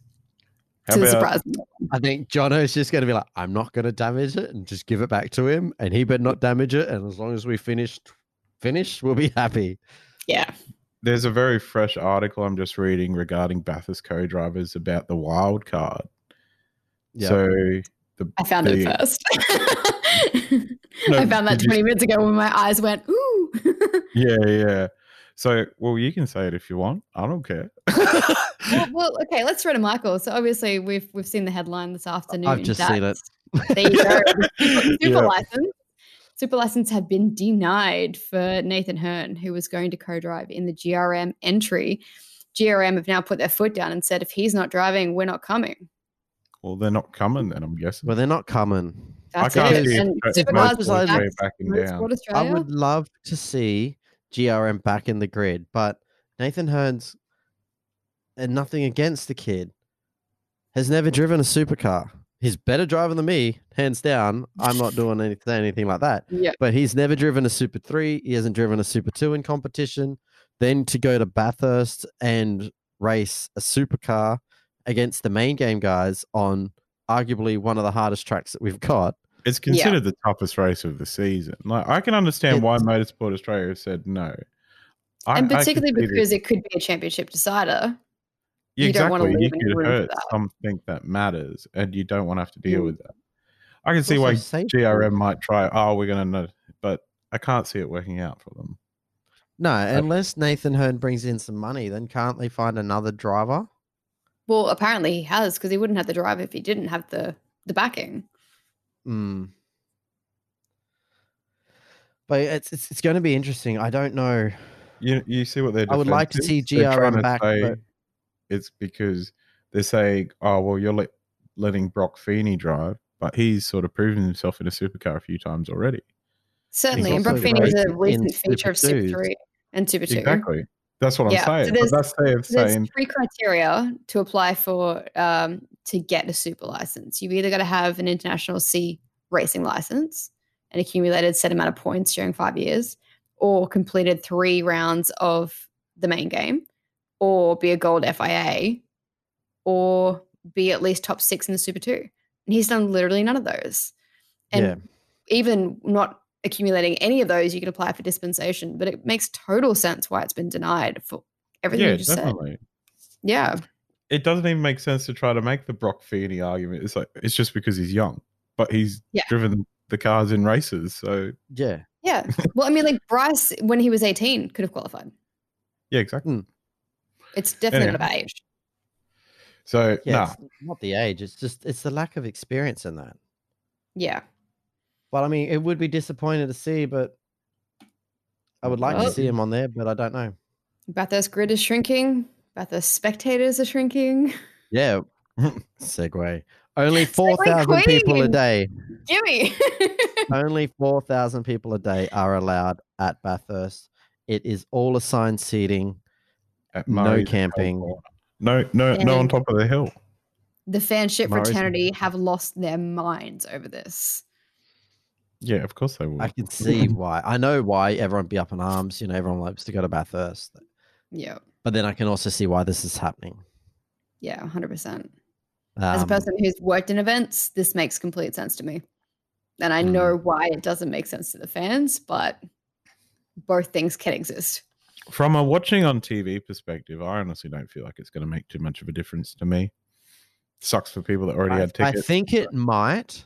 [SPEAKER 2] How
[SPEAKER 3] to the
[SPEAKER 2] about-
[SPEAKER 3] surprise.
[SPEAKER 1] I think Jono's just going to be like, I'm not going to damage it and just give it back to him, and he better not damage it. And as long as we finish, finish, we'll be happy.
[SPEAKER 3] Yeah.
[SPEAKER 2] There's a very fresh article I'm just reading regarding Bathurst co-drivers about the wild card.
[SPEAKER 1] Yeah.
[SPEAKER 2] So
[SPEAKER 3] I found it
[SPEAKER 2] The-
[SPEAKER 3] first. (laughs)
[SPEAKER 2] No,
[SPEAKER 3] I found that
[SPEAKER 2] did you-
[SPEAKER 3] 20 minutes ago when my eyes went,
[SPEAKER 2] (laughs)
[SPEAKER 3] ooh. (laughs)
[SPEAKER 2] yeah, yeah. So well, you can say it if you want. I don't care.
[SPEAKER 3] well, well, okay, let's throw to Michael. So obviously we've we've seen the headline this afternoon.
[SPEAKER 1] just seen it.
[SPEAKER 3] that- There you
[SPEAKER 2] (laughs)
[SPEAKER 3] go. Super
[SPEAKER 2] Yeah.
[SPEAKER 3] license. Super license had been denied for Nathan Hearn, who was going to co-drive in the GRM entry. GRM have now put their foot down and said, if he's not driving, we're not coming.
[SPEAKER 2] Well, they're not coming then. I'm guessing.
[SPEAKER 1] well, they're not coming.
[SPEAKER 3] That's
[SPEAKER 2] I can't
[SPEAKER 3] it.
[SPEAKER 2] see
[SPEAKER 1] if-
[SPEAKER 3] And
[SPEAKER 2] if
[SPEAKER 1] Supercars
[SPEAKER 2] Motorsport
[SPEAKER 1] was like-
[SPEAKER 2] Way backing down.
[SPEAKER 3] Motorsport
[SPEAKER 1] I
[SPEAKER 3] Australia.
[SPEAKER 1] would love to see GRM back in the grid, but Nathan Hearns, and nothing against the kid, has never driven a supercar. He's better driver than me, hands down. I'm not doing anything, anything like that.
[SPEAKER 3] Yeah.
[SPEAKER 1] But he's never driven a Super 3. He hasn't driven a Super 2 in competition. Then to go to Bathurst and race a supercar against the main game guys on arguably one of the hardest tracks that we've got.
[SPEAKER 2] It's
[SPEAKER 3] Yeah.
[SPEAKER 2] considered the toughest race of the season. Like I can understand why Motorsport Australia said no. I-
[SPEAKER 3] and
[SPEAKER 2] I could
[SPEAKER 3] particularly
[SPEAKER 2] see this.
[SPEAKER 3] because it could be a championship decider.
[SPEAKER 2] Yeah,
[SPEAKER 3] you don't wanna
[SPEAKER 2] exactly.
[SPEAKER 3] leave any
[SPEAKER 2] you could
[SPEAKER 3] room for
[SPEAKER 2] hurt
[SPEAKER 3] that.
[SPEAKER 2] something that matters, and you don't want to have to deal
[SPEAKER 3] Mm.
[SPEAKER 2] with that. I can see
[SPEAKER 1] Also
[SPEAKER 2] why
[SPEAKER 1] safety.
[SPEAKER 2] GRM might try. Oh, we're gonna know, but I can't see it working out for them.
[SPEAKER 1] No, unless Nathan Hearn brings in some money, then can't they find another driver?
[SPEAKER 3] Well, apparently he has because he wouldn't have the drive if he didn't have the the backing.
[SPEAKER 1] Hmm. But it's it's, it's going to be interesting. I don't know.
[SPEAKER 2] You you see what they're.
[SPEAKER 1] I would like to see GRM back, but-
[SPEAKER 2] it's because they say, "Oh, well, you're let, letting Brock Feeney drive." But he's sort of proven himself in a supercar a few times already.
[SPEAKER 3] Certainly, and
[SPEAKER 1] also
[SPEAKER 3] Brock Feeney is
[SPEAKER 1] raced
[SPEAKER 3] a
[SPEAKER 1] in
[SPEAKER 3] recent
[SPEAKER 1] Super
[SPEAKER 3] feature of Super
[SPEAKER 1] Twos.
[SPEAKER 3] Three and Super Two.
[SPEAKER 2] Exactly. That's what
[SPEAKER 3] Yeah, so
[SPEAKER 2] I'm saying.
[SPEAKER 3] there's-
[SPEAKER 2] but that's their
[SPEAKER 3] So There's
[SPEAKER 2] saying.
[SPEAKER 3] three criteria to apply for um, to get a super license. You've either got to have an international C racing license and accumulated set amount of points during five years, or completed three rounds of the main game, or be a gold FIA, or be at least top six in the Super Two. And he's done literally none of those. And
[SPEAKER 1] yeah.
[SPEAKER 3] even not accumulating any of those, you can apply for dispensation. But it makes total sense why it's been denied for everything
[SPEAKER 2] Yeah,
[SPEAKER 3] you just said.
[SPEAKER 2] definitely.
[SPEAKER 3] Yeah.
[SPEAKER 2] it doesn't even make sense to try to make the Brock Feeney argument. It's like it's just because he's young, but he's
[SPEAKER 3] Yeah.
[SPEAKER 2] driven the cars in races. So
[SPEAKER 1] Yeah.
[SPEAKER 3] Yeah. Well, I mean, like Bryce, when he was 18, could have qualified.
[SPEAKER 2] yeah, exactly.
[SPEAKER 3] It's definitely
[SPEAKER 2] Anyhow.
[SPEAKER 3] about age.
[SPEAKER 2] So
[SPEAKER 1] Yeah.
[SPEAKER 2] nah,
[SPEAKER 1] It's not the age. It's just it's the lack of experience in that.
[SPEAKER 3] Yeah.
[SPEAKER 1] But I mean, it would be disappointing to see. But I would like to
[SPEAKER 3] Well-
[SPEAKER 1] see him on there. But I don't know.
[SPEAKER 3] Bathurst grid is shrinking. Bathurst spectators are shrinking.
[SPEAKER 1] Yeah. (laughs) Segue. (laughs) Only four thousand people a (laughs)
[SPEAKER 3] queen.
[SPEAKER 1] day.
[SPEAKER 3] Gimme.
[SPEAKER 1] Only four thousand people a day are allowed at Bathurst. It is all assigned seating.
[SPEAKER 2] at
[SPEAKER 1] No
[SPEAKER 2] Murray's
[SPEAKER 1] camping.
[SPEAKER 2] corner. No, no, no on
[SPEAKER 3] And-
[SPEAKER 2] top of the hill.
[SPEAKER 3] (laughs) the fanship
[SPEAKER 1] Morrison.
[SPEAKER 3] fraternity have lost their minds over this.
[SPEAKER 2] Yeah, of course they will.
[SPEAKER 1] I can see (laughs) why. I know why everyone be up in arms. You know, everyone likes to go to Bathurst.
[SPEAKER 3] Yeah.
[SPEAKER 1] But then I can also see why this is happening.
[SPEAKER 3] Yeah. 100%. As a
[SPEAKER 1] Um,
[SPEAKER 3] person who's worked in events, this makes complete sense to me. And
[SPEAKER 2] mm.
[SPEAKER 3] I know why it doesn't make sense to the fans, but both things can exist.
[SPEAKER 2] From a watching on TV perspective, I honestly don't feel like it's going to make too much of a difference to me. Sucks for people that already
[SPEAKER 1] I,
[SPEAKER 2] had
[SPEAKER 1] I
[SPEAKER 2] tickets.
[SPEAKER 1] think it might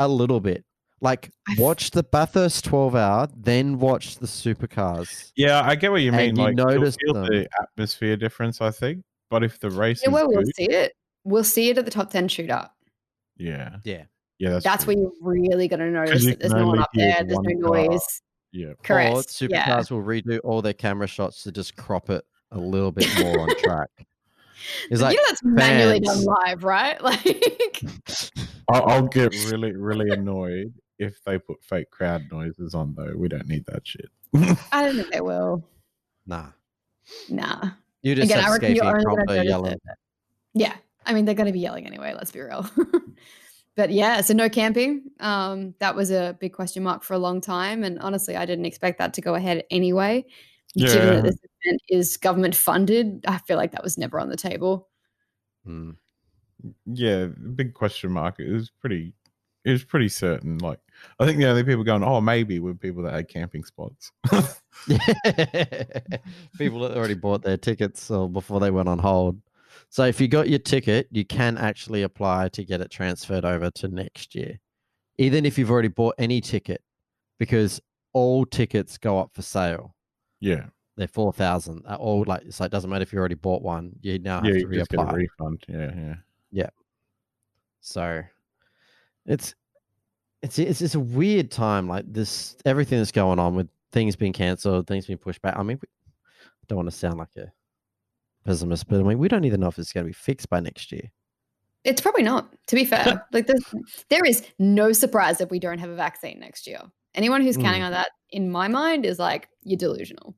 [SPEAKER 1] a little bit. Like
[SPEAKER 3] (laughs) I f-
[SPEAKER 1] watch the Bathurst 12 hour, then watch the supercars.
[SPEAKER 2] yeah, I get what you
[SPEAKER 1] And
[SPEAKER 2] mean.
[SPEAKER 1] you
[SPEAKER 2] like, you'll
[SPEAKER 1] notice
[SPEAKER 2] feel
[SPEAKER 1] them.
[SPEAKER 2] the atmosphere difference, I think. But if the race
[SPEAKER 3] You know
[SPEAKER 2] is
[SPEAKER 3] where we'll
[SPEAKER 2] good,
[SPEAKER 3] see it? We'll see it at the top 10 shootout.
[SPEAKER 2] yeah,
[SPEAKER 1] Yeah.
[SPEAKER 2] yeah, that's,
[SPEAKER 3] That's
[SPEAKER 2] true.
[SPEAKER 3] where you're really going to notice
[SPEAKER 2] you
[SPEAKER 3] that there's
[SPEAKER 2] can
[SPEAKER 3] no one
[SPEAKER 2] only
[SPEAKER 3] up
[SPEAKER 2] hear
[SPEAKER 3] there,
[SPEAKER 2] the
[SPEAKER 3] there's no
[SPEAKER 2] one car.
[SPEAKER 3] noise.
[SPEAKER 2] yeah.
[SPEAKER 3] Correct.
[SPEAKER 1] Or supercars
[SPEAKER 3] Yeah.
[SPEAKER 1] will redo all their camera shots to just crop it a little bit more
[SPEAKER 3] (laughs)
[SPEAKER 1] on track. It's like,
[SPEAKER 3] you know that's manually done
[SPEAKER 1] fans.
[SPEAKER 3] live, right? (laughs) Like,
[SPEAKER 2] I'll, I'll get really, really annoyed if they put fake crowd noises on, though. We don't need that shit.
[SPEAKER 3] I don't think they will.
[SPEAKER 1] nah.
[SPEAKER 3] Nah.
[SPEAKER 1] You just
[SPEAKER 3] Again, I
[SPEAKER 1] have
[SPEAKER 3] reckon you're
[SPEAKER 1] Scapy and
[SPEAKER 3] only gonna
[SPEAKER 1] Prompto
[SPEAKER 3] notice
[SPEAKER 1] yelling.
[SPEAKER 3] it. Yeah. I mean, they're going to be yelling anyway, let's be real. (laughs) but yeah, so no camping. Um, that was a big question mark for a long time. And honestly, I didn't expect that to go ahead anyway. Given
[SPEAKER 2] Yeah.
[SPEAKER 3] that this event is government funded, I feel like that was never on the table.
[SPEAKER 1] Mm.
[SPEAKER 2] Yeah, big question mark. It was pretty. It was pretty certain. Like, I think the only people going, "Oh, maybe," were people that had camping spots. (laughs)
[SPEAKER 1] (laughs) People that already bought their tickets or before they went on hold. So if you got your ticket, you can actually apply to get it transferred over to next year, even if you've already bought any ticket, because all tickets go up for sale.
[SPEAKER 2] yeah,
[SPEAKER 1] They're four thousand. uh, All like so it doesn't matter if you already bought one. You now have
[SPEAKER 2] yeah,
[SPEAKER 1] to
[SPEAKER 2] you just get a
[SPEAKER 1] reapply.
[SPEAKER 2] refund. Yeah, yeah.
[SPEAKER 1] So it's it's it's it's a weird time. Like this, everything that's going on with things being cancelled, things being pushed back. I mean, we, I don't want to sound like a pessimist, but I mean, we don't even know if it's going to be fixed by next year.
[SPEAKER 3] It's probably not, to
[SPEAKER 1] (laughs)
[SPEAKER 3] be fair. like there's, there is no surprise if we don't have a vaccine next year. Anyone who's
[SPEAKER 1] Hmm.
[SPEAKER 3] counting on that, in my mind, is like, you're delusional.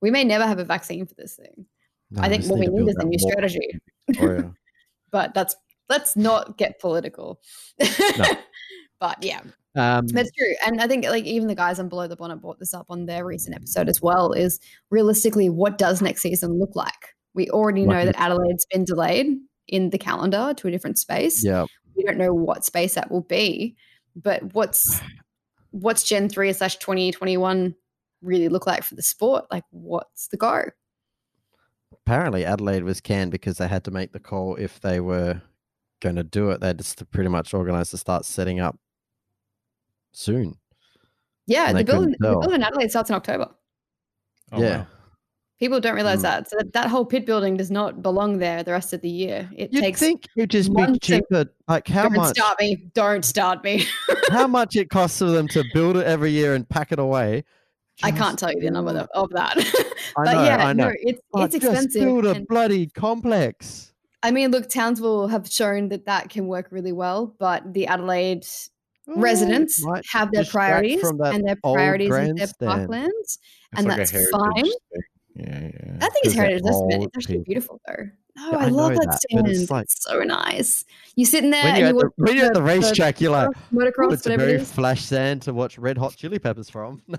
[SPEAKER 3] We may never have a vaccine for this thing.
[SPEAKER 1] No,
[SPEAKER 3] I think
[SPEAKER 1] just
[SPEAKER 3] what we
[SPEAKER 1] to
[SPEAKER 3] need
[SPEAKER 1] build
[SPEAKER 3] is a
[SPEAKER 1] that
[SPEAKER 3] new
[SPEAKER 1] wall
[SPEAKER 3] (laughs) strategy.
[SPEAKER 1] in Victoria.
[SPEAKER 3] But that's let's not get political. (laughs) but yeah,
[SPEAKER 1] Um,
[SPEAKER 3] that's true. And I think like even the guys on Below the Bonnet brought this up on their recent episode as well is realistically what does next season look like? We already know
[SPEAKER 1] Right.
[SPEAKER 3] that Adelaide's been delayed in the calendar to a different space.
[SPEAKER 1] yeah.
[SPEAKER 3] We don't know what space that will be, but what's what's Gen 3 slash 2021 really look like for the sport? Like what's the go?
[SPEAKER 1] Apparently, Adelaide was canned because they had to make the call if they were going to do it. They had to st- pretty much organize to start setting up soon.
[SPEAKER 3] Yeah,
[SPEAKER 1] And they
[SPEAKER 3] the
[SPEAKER 1] couldn't
[SPEAKER 3] building the
[SPEAKER 1] tell.
[SPEAKER 3] building in Adelaide starts in October.
[SPEAKER 2] Oh,
[SPEAKER 1] yeah.
[SPEAKER 2] wow.
[SPEAKER 3] People don't realize
[SPEAKER 1] Mm.
[SPEAKER 3] that. So that, that whole pit building does not belong there the rest of the year. It
[SPEAKER 1] You'd
[SPEAKER 3] takes
[SPEAKER 1] think it'd just be
[SPEAKER 3] months and-
[SPEAKER 1] cheaper. Like how
[SPEAKER 3] don't
[SPEAKER 1] much?
[SPEAKER 3] start me. Don't start me.
[SPEAKER 1] how much it costs for them to build it every year and pack it away?
[SPEAKER 3] I can't
[SPEAKER 1] Just
[SPEAKER 3] tell you the number
[SPEAKER 1] build-
[SPEAKER 3] of, of that. (laughs)
[SPEAKER 1] I
[SPEAKER 3] but
[SPEAKER 1] know.
[SPEAKER 3] yeah,
[SPEAKER 1] I know.
[SPEAKER 3] no, it's
[SPEAKER 1] but
[SPEAKER 3] it's expensive.
[SPEAKER 1] oh, Just build a
[SPEAKER 3] and-
[SPEAKER 1] bloody complex.
[SPEAKER 3] I mean, look, Townsville have shown that that can work really well, but the Adelaide
[SPEAKER 1] Ooh,
[SPEAKER 3] residents
[SPEAKER 1] might
[SPEAKER 3] have their
[SPEAKER 1] distract
[SPEAKER 3] priorities
[SPEAKER 1] from that
[SPEAKER 3] and their
[SPEAKER 1] old
[SPEAKER 3] priorities is their
[SPEAKER 1] grandstand.
[SPEAKER 3] parklands.
[SPEAKER 2] It's
[SPEAKER 3] And
[SPEAKER 2] like a
[SPEAKER 3] that's
[SPEAKER 2] heritage
[SPEAKER 3] fine.
[SPEAKER 2] thing. Yeah, yeah.
[SPEAKER 3] That thing is
[SPEAKER 1] Because they're
[SPEAKER 3] heritage. That's been,
[SPEAKER 1] old
[SPEAKER 3] it's actually
[SPEAKER 1] people.
[SPEAKER 3] beautiful though. No,
[SPEAKER 1] Yeah,
[SPEAKER 3] I,
[SPEAKER 1] I know
[SPEAKER 3] love that,
[SPEAKER 1] that, but
[SPEAKER 3] stand.
[SPEAKER 1] it's
[SPEAKER 3] It's,
[SPEAKER 1] like-
[SPEAKER 3] so nice. You sit in there
[SPEAKER 1] When
[SPEAKER 3] and
[SPEAKER 1] you're, at
[SPEAKER 3] you
[SPEAKER 1] the,
[SPEAKER 3] watch
[SPEAKER 1] when you're at the racetrack, you're like,
[SPEAKER 3] motocross, motocross
[SPEAKER 1] "Ooh, it's a
[SPEAKER 3] whatever it
[SPEAKER 1] very
[SPEAKER 3] is.
[SPEAKER 1] flash sand to watch Red Hot Chili Peppers from. (laughs)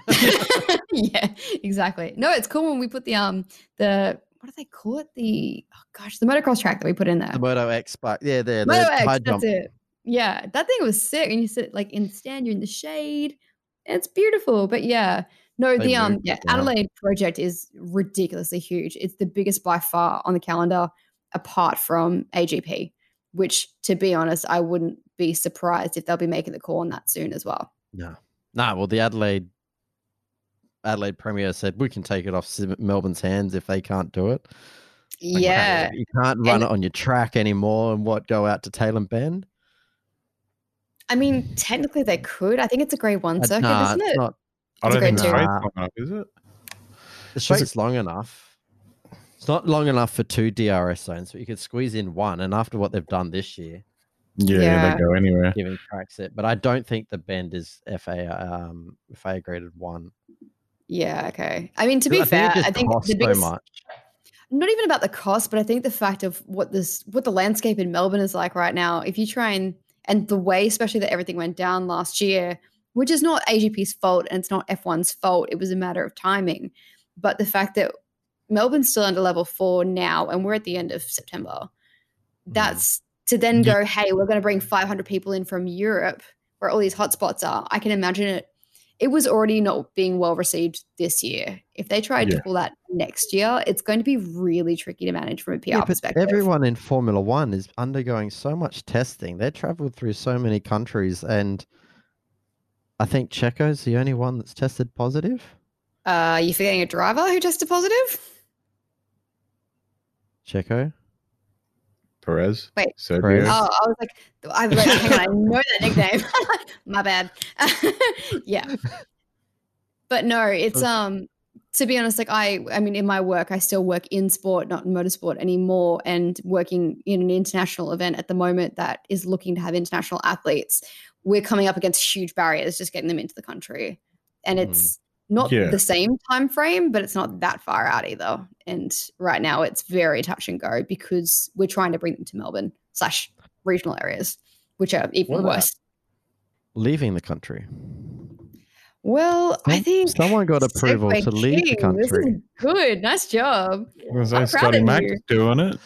[SPEAKER 3] (laughs) yeah, exactly. No, it's cool when we put the um the what do they call it? The oh gosh, the motocross track that we put in there.
[SPEAKER 1] the Moto X bike. Yeah, there. The
[SPEAKER 3] Moto X,
[SPEAKER 1] high
[SPEAKER 3] that's
[SPEAKER 1] jump.
[SPEAKER 3] it. Yeah, that thing was sick. And you sit like in the stand, you're in the shade. It's beautiful. But yeah, no,
[SPEAKER 1] They
[SPEAKER 3] the um
[SPEAKER 1] moved
[SPEAKER 3] yeah,
[SPEAKER 1] it down.
[SPEAKER 3] Adelaide project is ridiculously huge. It's the biggest by far on the calendar, apart from AGP, which to be honest, I wouldn't be surprised if they'll be making the call on that soon as well.
[SPEAKER 1] No. Nah, well, the Adelaide Adelaide Premier said we can take it off Sim- Melbourne's hands if they can't do it. Like, you can't-
[SPEAKER 3] Yeah.
[SPEAKER 1] you can't run
[SPEAKER 3] And-
[SPEAKER 1] it on your track anymore. And what go out to Tail and Bend?
[SPEAKER 3] I mean, technically they could. I think it's a grade one
[SPEAKER 1] Uh,
[SPEAKER 3] circuit,
[SPEAKER 1] nah,
[SPEAKER 3] isn't
[SPEAKER 1] it's
[SPEAKER 3] it?
[SPEAKER 1] not.
[SPEAKER 2] I don't
[SPEAKER 3] It's a
[SPEAKER 2] think
[SPEAKER 3] great
[SPEAKER 2] it's
[SPEAKER 1] tune.
[SPEAKER 2] great
[SPEAKER 1] Nah.
[SPEAKER 2] coming up, is it?
[SPEAKER 1] The straight's long enough. It's not long enough for two DRS zones, but you could squeeze in one. And after what they've done this year,
[SPEAKER 2] Yeah,
[SPEAKER 3] Yeah.
[SPEAKER 2] they go anywhere.
[SPEAKER 1] giving tracks it, but I don't think the bend is FA um FA graded one.
[SPEAKER 3] Yeah, okay. I mean, to
[SPEAKER 1] 'Cause
[SPEAKER 3] be
[SPEAKER 1] I
[SPEAKER 3] fair,
[SPEAKER 1] think it just
[SPEAKER 3] I think
[SPEAKER 1] costs
[SPEAKER 3] the biggest,
[SPEAKER 1] so much.
[SPEAKER 3] not even about the cost, but I think the fact of what this what the landscape in Melbourne is like right now. If you try and and the way, especially that everything went down last year, which is not AGP's fault and it's not F1's fault. It was a matter of timing, but the fact that Melbourne's still under level four now, and we're at the end of September.
[SPEAKER 1] Mm.
[SPEAKER 3] That's to then
[SPEAKER 2] Yeah.
[SPEAKER 3] go, hey, we're going to bring 500 people in from Europe where all these hotspots are. I can imagine it. It was already not being well received this year. If they tried
[SPEAKER 2] Yeah.
[SPEAKER 3] to pull that next year, it's going to be really tricky to manage from a PR
[SPEAKER 1] yeah, but
[SPEAKER 3] perspective.
[SPEAKER 1] everyone in Formula One is undergoing so much testing. They traveled through so many countries, and I think Checo's the only one that's tested positive.
[SPEAKER 3] uh, you forgetting a driver who tested positive?
[SPEAKER 1] Checo,
[SPEAKER 2] Perez.
[SPEAKER 3] Wait.
[SPEAKER 2] Sergio.
[SPEAKER 1] Perez.
[SPEAKER 3] Oh, I was like, I was like, hang on, I know that nickname. (laughs) My bad. (laughs) yeah. But no, it's
[SPEAKER 1] Okay.
[SPEAKER 3] um to be honest, like I I mean in my work, I still work in sport, not in motorsport anymore, and working in an international event at the moment that is looking to have international athletes, we're coming up against huge barriers just getting them into the country. And
[SPEAKER 1] Mhm.
[SPEAKER 3] it's not
[SPEAKER 2] Yeah.
[SPEAKER 3] the same time frame, but it's not that far out either. And right now it's very touch and go because we're trying to bring them to Melbourne slash regional areas, which are even
[SPEAKER 1] What about-
[SPEAKER 3] worse.
[SPEAKER 1] leaving the country.
[SPEAKER 3] Well, I
[SPEAKER 1] Some-
[SPEAKER 3] think
[SPEAKER 1] someone
[SPEAKER 3] (laughs)
[SPEAKER 1] got approval
[SPEAKER 3] Segway
[SPEAKER 1] to leave the
[SPEAKER 3] King, this is
[SPEAKER 1] country.
[SPEAKER 3] good. Nice job.
[SPEAKER 2] Was
[SPEAKER 3] I'm
[SPEAKER 2] I
[SPEAKER 3] proud
[SPEAKER 2] Scotty
[SPEAKER 3] of
[SPEAKER 2] Mac
[SPEAKER 3] you.
[SPEAKER 2] doing it?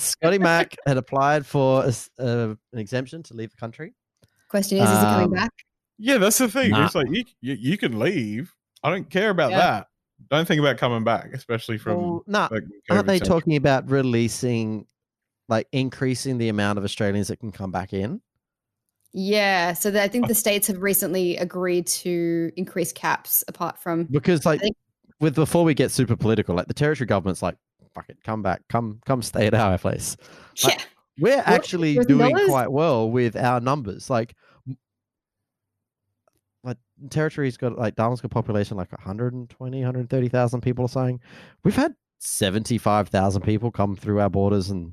[SPEAKER 2] (laughs)
[SPEAKER 1] Scotty Mack had applied for a s- uh, an exemption to leave the country.
[SPEAKER 3] Question is, is he coming
[SPEAKER 1] Um,
[SPEAKER 3] back?
[SPEAKER 2] Yeah, that's the thing.
[SPEAKER 1] Nah.
[SPEAKER 2] It's like you, you you can leave. I don't care about
[SPEAKER 3] Yeah.
[SPEAKER 2] that. Don't think about coming back, especially from
[SPEAKER 1] Well, nah,
[SPEAKER 2] Oh, like
[SPEAKER 1] aren't
[SPEAKER 2] COVID
[SPEAKER 1] they
[SPEAKER 2] central-
[SPEAKER 1] talking about releasing like increasing the amount of australians that can come back in
[SPEAKER 3] Yeah. So the, I
[SPEAKER 1] uh,
[SPEAKER 3] think the states have recently agreed to increase caps apart from
[SPEAKER 1] because like
[SPEAKER 3] think-
[SPEAKER 1] with before we get super political like the territory government's like fuck it come back come come stay at our place Like,
[SPEAKER 3] (laughs) yeah.
[SPEAKER 1] we're actually
[SPEAKER 3] There's
[SPEAKER 1] doing
[SPEAKER 3] dollars?
[SPEAKER 1] quite well with our numbers like m- like territory's got like darwin's got population like 120 130000 people or something we've had 75,000 people come through our borders and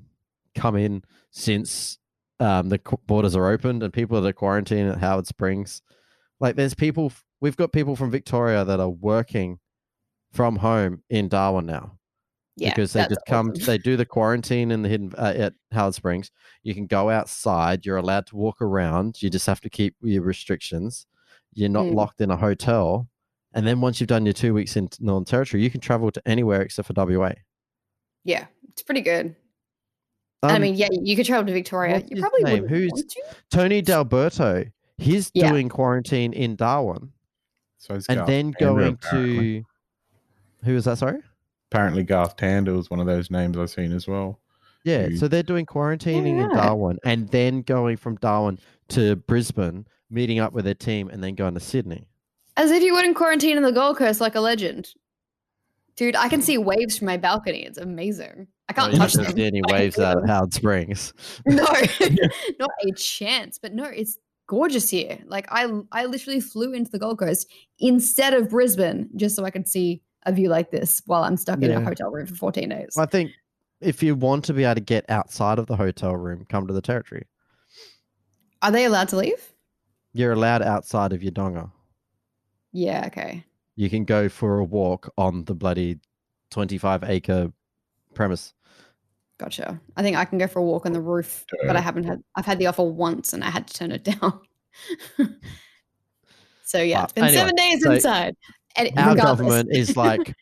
[SPEAKER 1] come in since um, the qu- borders are opened and people that are quarantined at Howard Springs. Like, there's people, f- we've got people from Victoria that are working from home in Darwin now.
[SPEAKER 3] Yeah,
[SPEAKER 1] because they
[SPEAKER 3] that's
[SPEAKER 1] just come,
[SPEAKER 3] awesome.
[SPEAKER 1] they do the quarantine in the hidden uh, at Howard Springs. You can go outside. You're allowed to walk around. You just have to keep your restrictions. You're not
[SPEAKER 3] Mm.
[SPEAKER 1] locked in a hotel. And then once you've done your two weeks in Northern Territory, you can travel to anywhere except for WA.
[SPEAKER 3] Yeah, it's pretty good. I
[SPEAKER 1] Um,
[SPEAKER 3] mean, yeah, you could travel to Victoria.
[SPEAKER 1] what's
[SPEAKER 3] You
[SPEAKER 1] his
[SPEAKER 3] probably
[SPEAKER 1] name?
[SPEAKER 3] wouldn't
[SPEAKER 1] Who's-
[SPEAKER 3] want to.
[SPEAKER 1] Tony Dalberto, he's
[SPEAKER 3] Yeah.
[SPEAKER 1] doing quarantine in Darwin
[SPEAKER 2] So it's
[SPEAKER 1] and
[SPEAKER 2] Garth
[SPEAKER 1] then
[SPEAKER 2] Tander,
[SPEAKER 1] going
[SPEAKER 2] apparently.
[SPEAKER 1] to. Who is that? Sorry.
[SPEAKER 2] apparently Garth Tander was one of those names I've seen as well.
[SPEAKER 1] Yeah,
[SPEAKER 3] Hmm.
[SPEAKER 2] You-
[SPEAKER 1] so they're doing quarantining in
[SPEAKER 3] right.
[SPEAKER 1] Darwin and then going from Darwin to Brisbane, meeting up with their team, and then going to Sydney.
[SPEAKER 3] As if you wouldn't quarantine in the Gold Coast like a legend. Dude, I can see waves from my balcony. It's amazing. I can't
[SPEAKER 1] Well,
[SPEAKER 3] touch
[SPEAKER 1] you don't
[SPEAKER 3] them.
[SPEAKER 1] see any
[SPEAKER 3] but (laughs) I can
[SPEAKER 1] waves
[SPEAKER 3] feel
[SPEAKER 1] out of
[SPEAKER 3] them.
[SPEAKER 1] Howard Springs. (laughs)
[SPEAKER 3] No, (laughs) not a chance. But no, it's gorgeous here. Like I, I literally flew into the Gold Coast instead of Brisbane just so I could see a view like this while I'm stuck in a
[SPEAKER 1] Yeah.
[SPEAKER 3] hotel room for 14 days.
[SPEAKER 1] I think if you want to be able to get outside of the hotel room, come to the territory.
[SPEAKER 3] Are they allowed to leave?
[SPEAKER 1] You're allowed outside of your donga.
[SPEAKER 3] Yeah. Okay.
[SPEAKER 1] You can go for a walk on the bloody 25 acre premise.
[SPEAKER 3] Gotcha. I think I can go for a walk on the roof, but I haven't had. I've had the offer once, and I had to turn it (laughs) down. so yeah,
[SPEAKER 1] Wow.
[SPEAKER 3] it's been
[SPEAKER 1] Anyway,
[SPEAKER 3] seven days
[SPEAKER 1] so
[SPEAKER 3] inside. And
[SPEAKER 1] Our
[SPEAKER 3] regardless-
[SPEAKER 1] government is like,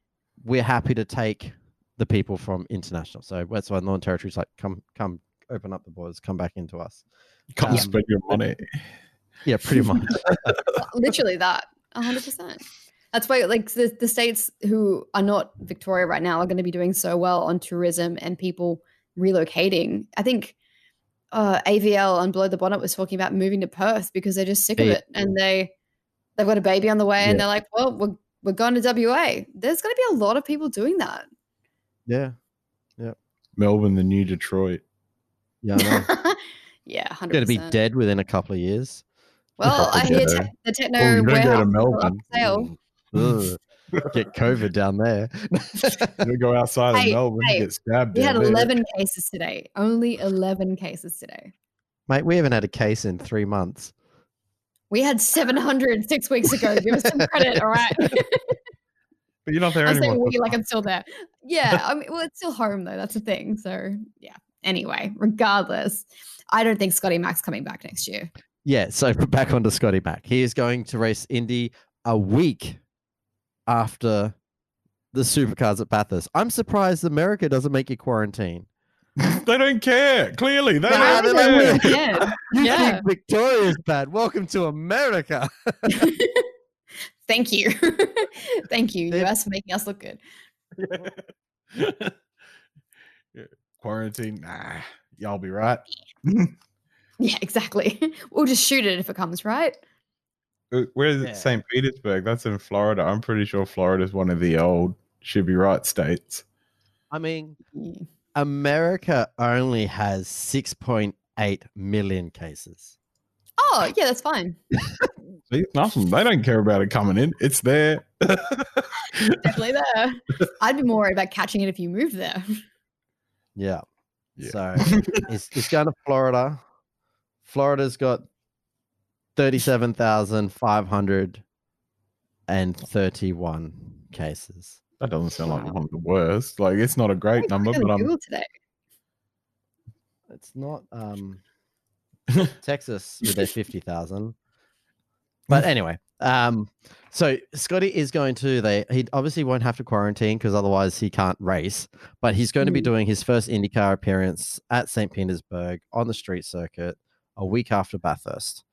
[SPEAKER 1] we're happy to take the people from international. So that's why Northern Territory's like, come, come, open up the borders, come back into us.
[SPEAKER 2] Come
[SPEAKER 1] Um,
[SPEAKER 2] spend your money.
[SPEAKER 1] Yeah, pretty much.
[SPEAKER 3] literally that 100% that's why like the, the states who are not victoria right now are going to be doing so well on tourism and people relocating i think uh, avl on below the bonnet was talking about moving to perth because they're just sick
[SPEAKER 1] Yeah.
[SPEAKER 3] of it and they they've got a baby on the way and they're like well we're, we're going to wa there's going to be a lot of people doing that
[SPEAKER 1] yeah.
[SPEAKER 2] Melbourne, the new Detroit.
[SPEAKER 1] Yeah. I know.
[SPEAKER 3] (laughs) yeah 100%
[SPEAKER 1] Going to be dead within a couple of years.
[SPEAKER 3] well i hear
[SPEAKER 2] Ghetto.
[SPEAKER 3] te- the techno
[SPEAKER 2] Well, you're gonna Oh, go to
[SPEAKER 3] warehouse is up
[SPEAKER 2] Melbourne.
[SPEAKER 3] for sale.
[SPEAKER 1] Mm. Ugh. Get COVID down there. (laughs)
[SPEAKER 2] You go outside
[SPEAKER 3] Hey,
[SPEAKER 2] of Melbourne
[SPEAKER 3] hey,
[SPEAKER 2] and get stabbed.
[SPEAKER 3] we had
[SPEAKER 2] down there.
[SPEAKER 3] 11 cases today only 11 cases today
[SPEAKER 1] Mate, we haven't had a case in three months.
[SPEAKER 3] We had 700 six weeks ago. Give us some credit. All right.
[SPEAKER 2] But you're not there
[SPEAKER 3] I'm
[SPEAKER 2] anymore.
[SPEAKER 3] saying we like I'm still there. Yeah. I mean, well, it's still home though. That's the thing. So, yeah. Anyway, regardless, I don't think Scotty Mack's coming back next year.
[SPEAKER 1] Yeah, so (laughs) back onto Scotty Mack. He is going to race Indy a week after the supercars at Bathurst. I'm surprised America doesn't make you quarantine.
[SPEAKER 2] they don't care. Clearly, they
[SPEAKER 1] Nah,
[SPEAKER 2] don't
[SPEAKER 3] I
[SPEAKER 1] they
[SPEAKER 3] don't
[SPEAKER 1] don't
[SPEAKER 2] care.
[SPEAKER 1] care.
[SPEAKER 3] think they would care.
[SPEAKER 1] You
[SPEAKER 3] Yeah.
[SPEAKER 1] think Victoria's bad? Welcome to America.
[SPEAKER 3] Thank you. (laughs) Thank you,
[SPEAKER 1] They-
[SPEAKER 3] US, for making us look good. (laughs)
[SPEAKER 2] Yeah. Quarantine, nah, y'all be right.
[SPEAKER 3] Yeah, exactly. (laughs) We'll just shoot it if it comes, right?
[SPEAKER 2] Uh, (laughs) Where is
[SPEAKER 1] Yeah.
[SPEAKER 2] it? St. Petersburg? That's in Florida. I'm pretty sure Florida's one of the old should be right states.
[SPEAKER 1] I mean, America only has 6.8 million cases.
[SPEAKER 3] Oh, yeah, that's fine.
[SPEAKER 2] See, nothing. They don't care about it coming in. It's there.
[SPEAKER 3] Definitely there. I'd be more worried about catching it if you moved there.
[SPEAKER 1] Yeah.
[SPEAKER 2] Yeah.
[SPEAKER 1] So it's, it's going to Florida. Florida's got 37,531 cases.
[SPEAKER 2] That doesn't sound like
[SPEAKER 3] Wow.
[SPEAKER 2] one of the worst. Like it's not a
[SPEAKER 3] (laughs) I
[SPEAKER 2] great number,
[SPEAKER 3] clicked on
[SPEAKER 2] but um, I'm
[SPEAKER 3] Google today.
[SPEAKER 1] It's not um, Texas with their 50,000. But anyway, um, so Scotty is going to, they he obviously won't have to quarantine because otherwise he can't race, but he's going to be
[SPEAKER 3] Mm.
[SPEAKER 1] doing his first IndyCar appearance at St. Petersburg on the street circuit a week after Bathurst.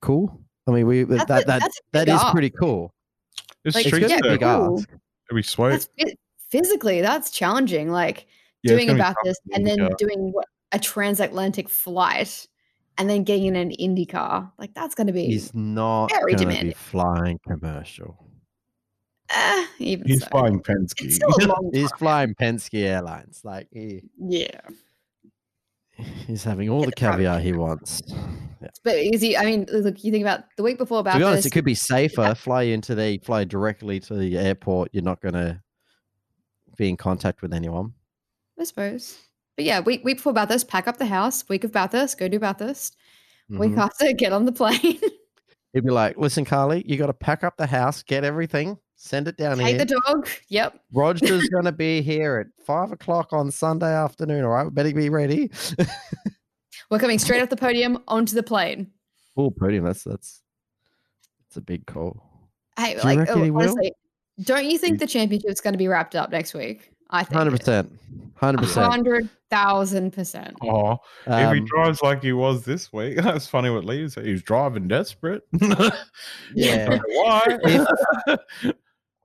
[SPEAKER 1] Cool. I mean, we
[SPEAKER 3] That's a-
[SPEAKER 1] that that
[SPEAKER 3] that's a
[SPEAKER 1] that
[SPEAKER 3] big
[SPEAKER 1] is
[SPEAKER 3] ask.
[SPEAKER 1] pretty cool.
[SPEAKER 2] it's
[SPEAKER 3] Like,
[SPEAKER 1] It's
[SPEAKER 2] street
[SPEAKER 1] going to
[SPEAKER 3] yeah,
[SPEAKER 1] be a big
[SPEAKER 2] circuit.
[SPEAKER 3] cool.
[SPEAKER 1] ask.
[SPEAKER 2] It'll be sweet.
[SPEAKER 3] That's phys- physically that's challenging. Like
[SPEAKER 2] Yeah, it's
[SPEAKER 3] doing
[SPEAKER 2] gonna
[SPEAKER 3] a
[SPEAKER 2] be
[SPEAKER 3] Bathurst
[SPEAKER 2] tough.
[SPEAKER 3] and then
[SPEAKER 2] Yeah.
[SPEAKER 3] doing what, a transatlantic flight and then getting in an Indy car. Like that's going to be
[SPEAKER 1] He's not
[SPEAKER 3] very
[SPEAKER 1] going to be
[SPEAKER 3] demanding.
[SPEAKER 1] flying commercial.
[SPEAKER 3] eh, even
[SPEAKER 2] he's
[SPEAKER 3] so.
[SPEAKER 2] flying Penske.
[SPEAKER 1] (laughs)
[SPEAKER 3] It's still a long
[SPEAKER 1] He's
[SPEAKER 3] time.
[SPEAKER 1] flying Penske Airlines. Like eh. he,
[SPEAKER 3] Yeah,
[SPEAKER 1] (laughs) he's having all
[SPEAKER 3] Get
[SPEAKER 1] the
[SPEAKER 3] the private
[SPEAKER 1] caviar
[SPEAKER 3] jet.
[SPEAKER 1] he wants.
[SPEAKER 3] but is he? I mean, look, you think about the week before
[SPEAKER 1] to
[SPEAKER 3] Bathurst.
[SPEAKER 1] be honest, it could be safer. Fly into the fly directly to the airport. You're not going to be in contact with anyone.
[SPEAKER 3] I suppose. But yeah, week week before Bathurst, pack up the house. Week of Bathurst, go do Bathurst. Week
[SPEAKER 1] Mhm.
[SPEAKER 3] after, (laughs) get on the plane.
[SPEAKER 1] He'd be like, "Listen, Carly, you got to pack up the house, get everything, Send it down
[SPEAKER 3] Take
[SPEAKER 1] here.
[SPEAKER 3] the dog. Yep. (laughs)
[SPEAKER 1] Roger's going to be here at five o'clock on Sunday afternoon. All right, we better be ready.
[SPEAKER 3] We're coming straight off the podium onto the plane.
[SPEAKER 1] Oh, podium. That's that's it's a big call.
[SPEAKER 3] Hey,
[SPEAKER 1] Do you
[SPEAKER 3] like
[SPEAKER 1] reckon he
[SPEAKER 3] oh,
[SPEAKER 1] will?
[SPEAKER 3] honestly, don't you think the championship's going to be wrapped up next week? I think
[SPEAKER 1] Hundred percent. Hundred percent. Um,
[SPEAKER 3] hundred thousand percent.
[SPEAKER 2] (laughs) Oh, if
[SPEAKER 3] Um,
[SPEAKER 2] he drives like he was this week, (laughs) that's funny what Lee said. He was driving desperate. (laughs)
[SPEAKER 1] Yeah.
[SPEAKER 3] (laughs)
[SPEAKER 2] Don't know Why?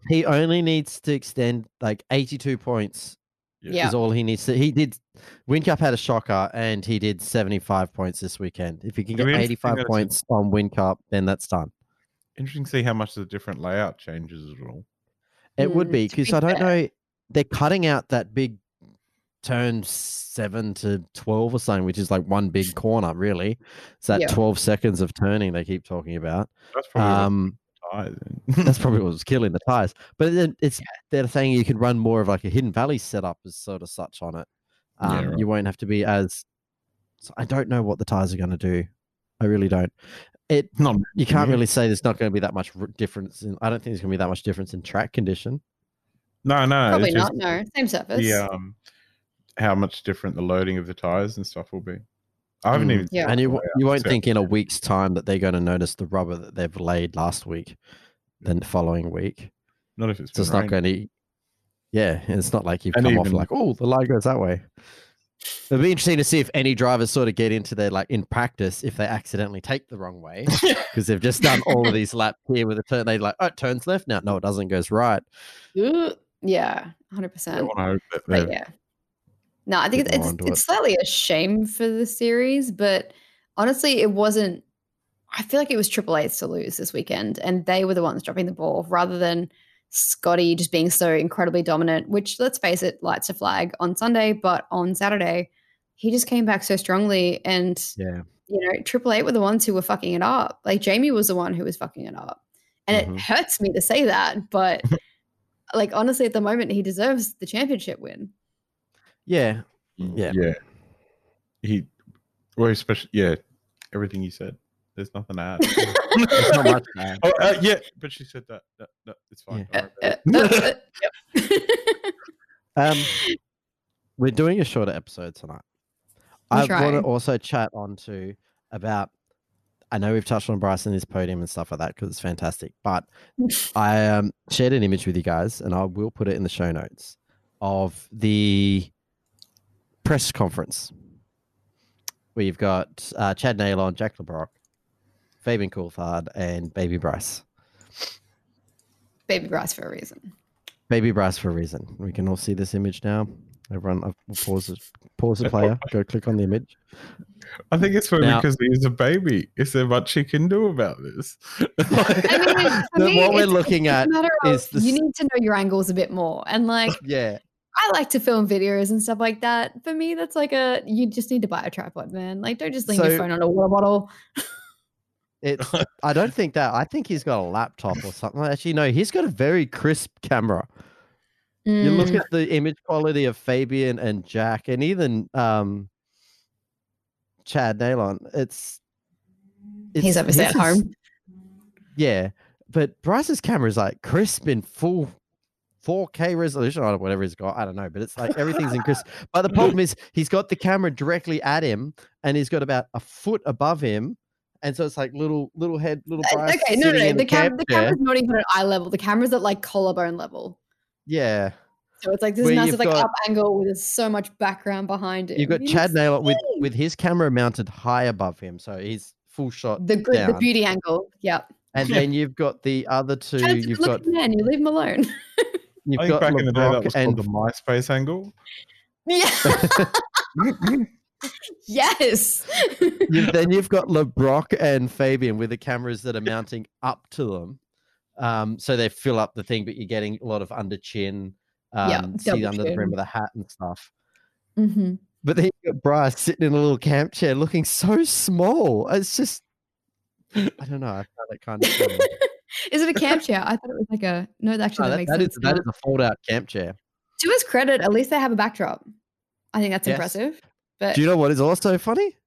[SPEAKER 1] He only needs to extend like 82 points
[SPEAKER 3] Yeah.
[SPEAKER 1] is all he needs to. He did. WinCup had a shocker and he did 75 points this weekend. If he can
[SPEAKER 2] It'll
[SPEAKER 1] get
[SPEAKER 2] be interesting
[SPEAKER 1] 85
[SPEAKER 2] that it's a-
[SPEAKER 1] points on WinCup, then that's done.
[SPEAKER 2] Interesting to see how much the different layout changes at all.
[SPEAKER 1] It would
[SPEAKER 3] Mm,
[SPEAKER 1] be
[SPEAKER 3] to be
[SPEAKER 1] because I don't
[SPEAKER 3] fair.
[SPEAKER 1] know. They're cutting out that big turn seven to 12 or something, which is like one big corner, really. It's that
[SPEAKER 3] Yeah.
[SPEAKER 1] 12 seconds of turning they keep talking about.
[SPEAKER 2] That's probably
[SPEAKER 1] Um,
[SPEAKER 2] what it is.
[SPEAKER 1] that's probably what was
[SPEAKER 2] (laughs)
[SPEAKER 1] killing the tires. But then it's they're saying you can run more of like a hidden valley setup is sort of such on it.
[SPEAKER 2] Yeah,
[SPEAKER 1] Um,
[SPEAKER 2] right.
[SPEAKER 1] You won't have to be as. So I don't know what the tires are going to do. I really don't. It
[SPEAKER 2] (laughs) Not
[SPEAKER 1] you can't
[SPEAKER 2] Yeah.
[SPEAKER 1] really say there's not going to be that much r- difference. In, I don't think there's going to be that much difference in track condition.
[SPEAKER 2] no, no,
[SPEAKER 3] Probably
[SPEAKER 2] it's just
[SPEAKER 3] not. No, same surface.
[SPEAKER 2] The, um, how much different the loading of the tires and stuff will be. I haven't
[SPEAKER 1] Mm.
[SPEAKER 2] even.
[SPEAKER 3] Yeah.
[SPEAKER 1] and you w- you won't
[SPEAKER 2] so-
[SPEAKER 1] think in a week's time that they're going to notice the rubber that they've laid last week, then the following week.
[SPEAKER 2] Not if it's
[SPEAKER 1] So
[SPEAKER 2] been
[SPEAKER 1] it's not
[SPEAKER 2] raining.
[SPEAKER 1] going to. Yeah, it's not like you've
[SPEAKER 2] And
[SPEAKER 1] come off
[SPEAKER 2] even-
[SPEAKER 1] like, oh, the line goes that way. It'd be interesting to see if any drivers sort of get into their like in practice if they accidentally take the wrong
[SPEAKER 2] (laughs)
[SPEAKER 1] way because they've just done all of these laps here with a turn. They like, oh, it turns left now. No, it doesn't. It Goes right.
[SPEAKER 3] Ugh. Yeah, hundred
[SPEAKER 2] I
[SPEAKER 3] percent.
[SPEAKER 2] wanna hope that
[SPEAKER 3] But
[SPEAKER 2] they've-
[SPEAKER 3] yeah, no, I think
[SPEAKER 1] bit
[SPEAKER 3] it's
[SPEAKER 1] more
[SPEAKER 3] it's,
[SPEAKER 1] onto
[SPEAKER 3] it's
[SPEAKER 1] it.
[SPEAKER 3] slightly a shame for the series, but honestly, it wasn't. I feel like it was Triple Eight's to lose this weekend, and they were the ones dropping the ball rather than Scotty just being so incredibly dominant. Which, let's face it, lights a flag on Sunday, but on Saturday, he just came back so strongly, and
[SPEAKER 1] Yeah.
[SPEAKER 3] you know, Triple Eight were the ones who were fucking it up. Like Jamie was the one who was fucking it up. And
[SPEAKER 1] Mhm.
[SPEAKER 3] it hurts me to say that, but like honestly, at the moment, he deserves the championship win.
[SPEAKER 1] Yeah.
[SPEAKER 2] Mm, Yeah.
[SPEAKER 1] Yeah.
[SPEAKER 2] He, well, especially, yeah, everything you said. There's nothing to add.
[SPEAKER 1] (laughs) There's not much to add.
[SPEAKER 2] (laughs) oh, uh, yeah, but she said that. that, that it's fine.
[SPEAKER 3] Uh,
[SPEAKER 2] don't worry
[SPEAKER 3] uh,
[SPEAKER 2] about
[SPEAKER 3] uh,
[SPEAKER 2] it.
[SPEAKER 3] uh,
[SPEAKER 1] (laughs)
[SPEAKER 3] yep. (laughs)
[SPEAKER 1] Um, we're doing a shorter episode tonight. I
[SPEAKER 3] We're
[SPEAKER 1] want to
[SPEAKER 3] trying.
[SPEAKER 1] also chat on to about. I know we've touched on Bryce and his podium and stuff like that because it's fantastic.
[SPEAKER 3] (laughs)
[SPEAKER 1] But I um, shared an image with you guys, and I will put it in the show notes of the press conference where you've got uh, Chad Nailon, Jack LeBrock, Fabian Coulthard, and Baby Bryce.
[SPEAKER 3] Baby Bryce for a reason.
[SPEAKER 1] Baby Bryce for a reason. We can all see this image now. Everyone, I've we'll pause it. Pause the player. Go click on the image.
[SPEAKER 2] I think it's probably
[SPEAKER 1] Now-
[SPEAKER 2] because he is a baby. Is there much he can do about this? (laughs)
[SPEAKER 3] I mean, like,
[SPEAKER 1] (laughs)
[SPEAKER 3] for
[SPEAKER 1] The-
[SPEAKER 3] me,
[SPEAKER 1] what we're
[SPEAKER 3] it's-
[SPEAKER 1] looking
[SPEAKER 3] it's a
[SPEAKER 1] at
[SPEAKER 3] matter of
[SPEAKER 1] is the
[SPEAKER 3] you
[SPEAKER 1] s-
[SPEAKER 3] need to know your angles a bit more. And like,
[SPEAKER 1] Yeah,
[SPEAKER 3] I like to film videos and stuff like that. For me, that's like a you just need to buy a tripod, man. Like, don't just lean
[SPEAKER 1] So-
[SPEAKER 3] your phone on a water bottle.
[SPEAKER 1] it's. I don't think that. I think he's got a laptop or something. Actually, no, he's got a very crisp camera. You look
[SPEAKER 3] Mm,
[SPEAKER 1] at the image quality of Fabian and Jack, and even um, Chad Nalon. It's, it's
[SPEAKER 3] he's obviously at
[SPEAKER 1] his is-
[SPEAKER 3] home.
[SPEAKER 1] (laughs) Yeah, but Bryce's camera is like crisp in full 4K resolution or whatever he's got. I don't know, but it's like everything's in
[SPEAKER 3] (laughs)
[SPEAKER 1] crisp. But the problem is he's got the camera directly at him, and he's got about a foot above him, and so it's like little little head, little
[SPEAKER 3] Uh,
[SPEAKER 1] Bryce.
[SPEAKER 3] okay, no, no,
[SPEAKER 1] sitting
[SPEAKER 3] no.
[SPEAKER 1] in
[SPEAKER 3] The, cam- the
[SPEAKER 1] chair.
[SPEAKER 3] camera's not even at eye level. The camera's at like collarbone level.
[SPEAKER 1] Yeah,
[SPEAKER 3] So it's like this
[SPEAKER 1] Where
[SPEAKER 3] massive
[SPEAKER 1] you've
[SPEAKER 3] like
[SPEAKER 1] got-
[SPEAKER 3] up angle with so much background behind it.
[SPEAKER 1] you've got
[SPEAKER 3] You
[SPEAKER 1] Chad
[SPEAKER 3] just-
[SPEAKER 1] Naylor with
[SPEAKER 3] see.
[SPEAKER 1] with his camera mounted high above him, so he's full shot.
[SPEAKER 3] The good, the
[SPEAKER 1] down.
[SPEAKER 3] beauty angle. Yeah.
[SPEAKER 1] And
[SPEAKER 2] Yeah.
[SPEAKER 1] then you've got the other two.
[SPEAKER 3] Chad's a
[SPEAKER 1] You've
[SPEAKER 3] good
[SPEAKER 1] got
[SPEAKER 3] looking man. You leave him alone. (laughs)
[SPEAKER 1] you've
[SPEAKER 2] I think
[SPEAKER 1] got
[SPEAKER 2] back in the day that
[SPEAKER 1] LeBrock
[SPEAKER 2] was
[SPEAKER 1] and
[SPEAKER 2] called the MySpace angle.
[SPEAKER 3] yeah. yes.
[SPEAKER 1] you then you've got LeBrock and Fabian with the cameras that are mounting up to them. Um, so they fill up the thing, but you're getting a lot of under chin, um,
[SPEAKER 3] Yeah,
[SPEAKER 1] see
[SPEAKER 3] double
[SPEAKER 1] under the rim
[SPEAKER 3] chin.
[SPEAKER 1] of the hat and stuff.
[SPEAKER 3] Mhm.
[SPEAKER 1] But then you've got Bryce sitting in a little camp chair looking so small. It's just, I don't know. I found it
[SPEAKER 3] (laughs)
[SPEAKER 1] kind of funny.
[SPEAKER 3] Is it a camp chair? I thought it was like a no.
[SPEAKER 1] No,
[SPEAKER 3] Actually, that,
[SPEAKER 1] Oh, that-
[SPEAKER 3] makes
[SPEAKER 1] that,
[SPEAKER 3] sense.
[SPEAKER 1] is, that
[SPEAKER 3] now.
[SPEAKER 1] is a fold out camp chair.
[SPEAKER 3] to his credit, at least they have a backdrop. I think that's
[SPEAKER 1] Yes.
[SPEAKER 3] impressive. But
[SPEAKER 1] Do you know what is also funny?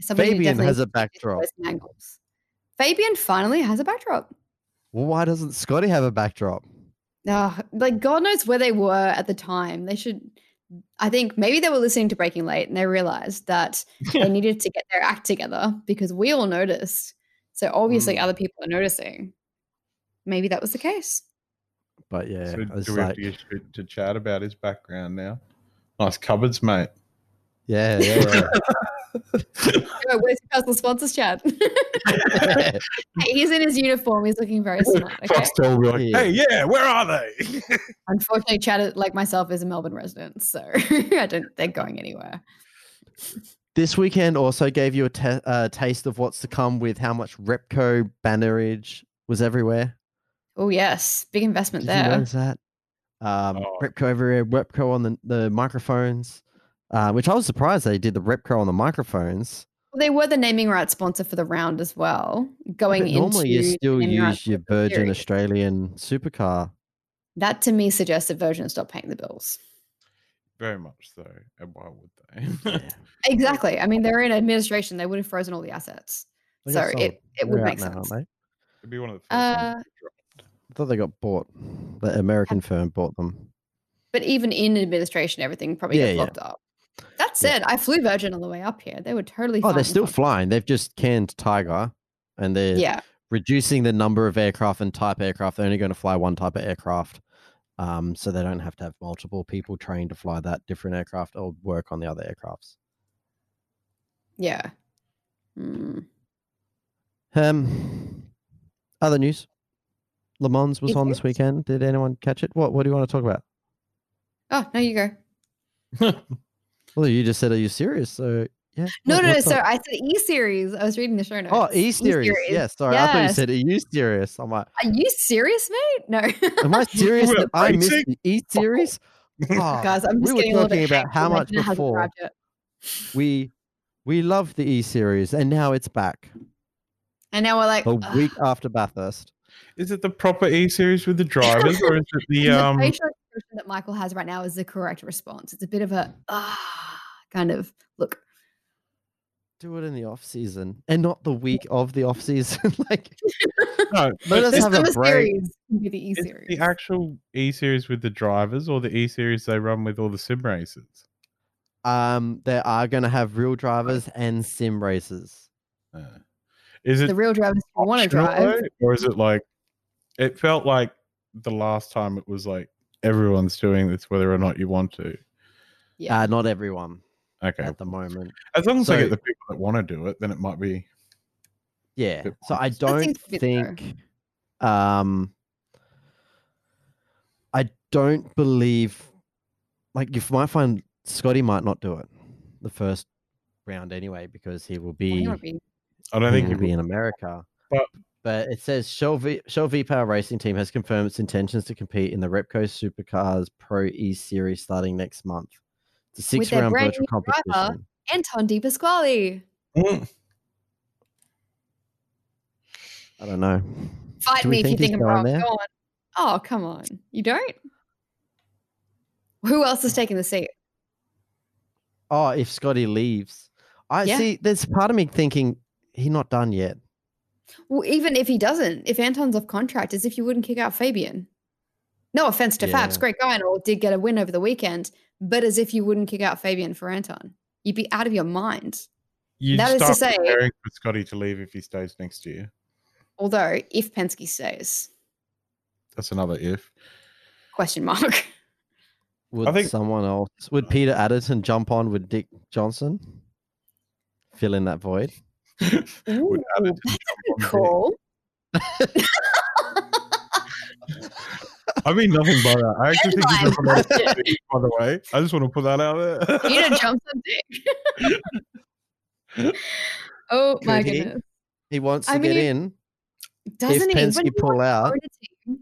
[SPEAKER 3] somebody who
[SPEAKER 1] Fabian
[SPEAKER 3] definitely
[SPEAKER 1] has a
[SPEAKER 3] his
[SPEAKER 1] backdrop.
[SPEAKER 3] voice and angles. Fabian finally has a backdrop.
[SPEAKER 1] Well, why doesn't Scotty have a backdrop?
[SPEAKER 3] uh, like God knows where they were at the time. They should, I think maybe they were listening to Breaking Late and they
[SPEAKER 1] (laughs)
[SPEAKER 3] realized that they needed to get their act together because we all noticed. So obviously
[SPEAKER 1] Mm.
[SPEAKER 3] other people are noticing. Maybe that was the case.
[SPEAKER 1] But yeah,
[SPEAKER 2] So
[SPEAKER 1] it's
[SPEAKER 2] do we have
[SPEAKER 1] like,
[SPEAKER 2] to, get Stu to chat about his background now? Nice
[SPEAKER 1] (laughs)
[SPEAKER 2] cupboards, mate.
[SPEAKER 1] yeah, yeah,
[SPEAKER 3] Oh, where's your personal sponsors, (laughs) Chad? (laughs)
[SPEAKER 1] yeah. (laughs)
[SPEAKER 3] Hey, he's in his uniform. He's looking very smart. Okay?
[SPEAKER 2] Foxtel will be
[SPEAKER 1] Yeah.
[SPEAKER 2] like, hey, yeah, where are they? (laughs)
[SPEAKER 3] Unfortunately, Chad, like myself, is a Melbourne resident, so (laughs) I don't. They're going anywhere.
[SPEAKER 1] This weekend also gave you a ta- uh, taste of what's to come with how much Repco bannerage was everywhere.
[SPEAKER 3] Oh yes, big investment
[SPEAKER 1] Did you
[SPEAKER 3] there.
[SPEAKER 1] notice that? Um,
[SPEAKER 2] Oh.
[SPEAKER 1] Repco everywhere, Repco on the, the microphones, uh, which I was surprised they did the Repco on the microphones.
[SPEAKER 3] Well, they were the naming rights sponsor for the round as well. Going
[SPEAKER 1] But normally you
[SPEAKER 3] into the
[SPEAKER 1] still
[SPEAKER 3] naming
[SPEAKER 1] use
[SPEAKER 3] rights
[SPEAKER 1] your
[SPEAKER 3] for the
[SPEAKER 1] Virgin
[SPEAKER 3] series.
[SPEAKER 1] Australian supercar.
[SPEAKER 3] That to me suggests that Virgin stopped paying the bills.
[SPEAKER 2] Very much so. And why would they?
[SPEAKER 3] Exactly. I mean, they're in administration. They would have frozen all the assets.
[SPEAKER 1] They
[SPEAKER 3] so
[SPEAKER 1] got sold.
[SPEAKER 3] it, it would
[SPEAKER 1] They're out
[SPEAKER 3] make
[SPEAKER 1] now, aren't
[SPEAKER 3] sense.
[SPEAKER 1] they?
[SPEAKER 2] (laughs) It'd be one of the first
[SPEAKER 3] Uh,
[SPEAKER 2] ones.
[SPEAKER 1] I thought they got bought. The American firm bought them.
[SPEAKER 3] but even in administration, everything probably
[SPEAKER 1] Yeah,
[SPEAKER 3] got
[SPEAKER 1] yeah.
[SPEAKER 3] blocked up. That said, I flew Virgin on the way up here. They were totally.
[SPEAKER 1] Oh,
[SPEAKER 3] fine
[SPEAKER 1] they're still
[SPEAKER 3] with-
[SPEAKER 1] flying. They've just canned Tiger, and they're
[SPEAKER 3] Yeah.
[SPEAKER 1] reducing the number of aircraft and type aircraft. They're only going to fly one type of aircraft, um, so they don't have to have multiple people trained to fly that different aircraft or work on the other aircrafts.
[SPEAKER 3] Yeah.
[SPEAKER 1] Hmm.
[SPEAKER 3] Mm.
[SPEAKER 1] Um, other news: Le Mans was
[SPEAKER 3] Yes,
[SPEAKER 1] on this
[SPEAKER 3] yes.
[SPEAKER 1] weekend. Did anyone catch it? What What do you want to talk about?
[SPEAKER 3] Oh, no, you go.
[SPEAKER 1] Well, you just said, "Are you serious?" So yeah.
[SPEAKER 3] No,
[SPEAKER 1] what-
[SPEAKER 3] no, no.
[SPEAKER 1] what's
[SPEAKER 3] So
[SPEAKER 1] up?
[SPEAKER 3] I said E series. I was reading the show notes.
[SPEAKER 1] oh, E series. Yes, sorry, I thought you
[SPEAKER 3] Yes.
[SPEAKER 1] said, "Are you serious?" I'm like.
[SPEAKER 3] Are you serious, mate? No. (laughs)
[SPEAKER 1] Am I serious
[SPEAKER 2] We're
[SPEAKER 1] that I
[SPEAKER 2] racing?
[SPEAKER 1] missed the E series? Ah,
[SPEAKER 3] Guys, I'm just
[SPEAKER 1] we
[SPEAKER 3] getting
[SPEAKER 1] were
[SPEAKER 3] a little
[SPEAKER 1] talking
[SPEAKER 3] bit
[SPEAKER 1] about
[SPEAKER 3] hyped
[SPEAKER 1] how
[SPEAKER 3] and my
[SPEAKER 1] much
[SPEAKER 3] dinner hasn't
[SPEAKER 1] before
[SPEAKER 3] arrived yet.
[SPEAKER 1] we we loved the E series, and now it's back
[SPEAKER 3] And now we're like,
[SPEAKER 1] a
[SPEAKER 2] (laughs)
[SPEAKER 3] "Ugh,
[SPEAKER 1] week after Bathurst.
[SPEAKER 2] Is it the proper E series with the drivers, or is it
[SPEAKER 1] (laughs)
[SPEAKER 2] the um?
[SPEAKER 3] the facial expression that Michael has right now is the correct response. It's a bit of a ah kind of look.
[SPEAKER 1] Do it in the off season, and not the week of the off season. (laughs) like
[SPEAKER 2] No,
[SPEAKER 1] let
[SPEAKER 2] but
[SPEAKER 1] us
[SPEAKER 3] This
[SPEAKER 1] have a
[SPEAKER 3] summer
[SPEAKER 1] break.
[SPEAKER 3] series can be the E
[SPEAKER 2] is
[SPEAKER 3] series.
[SPEAKER 2] the actual E series with the drivers, or the E series they run with all the sim races?
[SPEAKER 1] Um, they are going to have real drivers and sim races.
[SPEAKER 2] Uh, is it
[SPEAKER 3] the real drivers who want to
[SPEAKER 2] optional,
[SPEAKER 3] drive.
[SPEAKER 2] though, or is it like? It felt like the last time it was like everyone's doing this, whether or not you want to.
[SPEAKER 3] Yeah.
[SPEAKER 1] Uh, not everyone
[SPEAKER 2] Okay,
[SPEAKER 1] at the moment.
[SPEAKER 2] as long as I
[SPEAKER 1] So-
[SPEAKER 2] get the people that want to do it, then it might be.
[SPEAKER 1] Yeah.
[SPEAKER 2] Good
[SPEAKER 1] So I
[SPEAKER 3] seems
[SPEAKER 1] don't
[SPEAKER 3] to be the
[SPEAKER 1] think um I don't believe like you might find Scotty might not do it the first round anyway because he will
[SPEAKER 3] Well,
[SPEAKER 1] be
[SPEAKER 3] you wanna be-
[SPEAKER 2] I don't
[SPEAKER 1] he
[SPEAKER 2] think
[SPEAKER 3] Hmm.
[SPEAKER 1] will
[SPEAKER 2] people
[SPEAKER 1] be in America.
[SPEAKER 2] But-
[SPEAKER 1] But it says Shell V Shell V Power Racing Team has confirmed its intentions to compete in the Repco Supercars Pro E Series starting next month. It's a
[SPEAKER 3] With
[SPEAKER 1] six
[SPEAKER 3] their
[SPEAKER 1] round
[SPEAKER 3] brand
[SPEAKER 1] virtual
[SPEAKER 3] new driver.
[SPEAKER 1] competition.
[SPEAKER 3] Anton Di Pasquale.
[SPEAKER 1] I don't know.
[SPEAKER 3] Fight
[SPEAKER 1] Do we
[SPEAKER 3] me if you
[SPEAKER 1] he's
[SPEAKER 3] think I'm
[SPEAKER 1] going
[SPEAKER 3] wrong.
[SPEAKER 1] there?
[SPEAKER 3] Go on. Oh, come on. You don't? Who else is taking the seat?
[SPEAKER 1] Oh, if Scotty leaves, I
[SPEAKER 3] Yeah.
[SPEAKER 1] see. There's part of me thinking he's not done yet.
[SPEAKER 3] Well, even if he doesn't, if Anton's off contract, as if you wouldn't kick out Fabian. No offense to Fabs,
[SPEAKER 1] Yeah.
[SPEAKER 3] great guy and all, did get a win over the weekend, but as if you wouldn't kick out Fabian for Anton. You'd be out of your mind.
[SPEAKER 2] You
[SPEAKER 3] That is to
[SPEAKER 2] start
[SPEAKER 3] say-
[SPEAKER 2] preparing for Scotty to leave if he stays next year.
[SPEAKER 3] Although, if Penske stays,
[SPEAKER 2] That's another if.
[SPEAKER 3] question mark.
[SPEAKER 1] Would
[SPEAKER 2] think-
[SPEAKER 1] someone else? Would Peter Addison jump on with Dick Johnson? Fill in that void. (laughs)
[SPEAKER 2] (laughs)
[SPEAKER 3] Ooh,
[SPEAKER 2] add it to
[SPEAKER 3] that's a
[SPEAKER 2] John
[SPEAKER 3] good call.
[SPEAKER 2] I mean nothing by that. I actually think
[SPEAKER 3] Headline
[SPEAKER 2] he's a lot of
[SPEAKER 3] budget.
[SPEAKER 2] dick, by the way. I just want to put that out (laughs) there.
[SPEAKER 3] Peter jumps on Dick. oh my
[SPEAKER 1] Could he?
[SPEAKER 3] goodness.
[SPEAKER 1] He wants to
[SPEAKER 3] I
[SPEAKER 1] get
[SPEAKER 3] mean,
[SPEAKER 1] in. If
[SPEAKER 3] Doesn't he?
[SPEAKER 1] Penske
[SPEAKER 3] Wouldn't he
[SPEAKER 1] pull out,
[SPEAKER 3] own a team.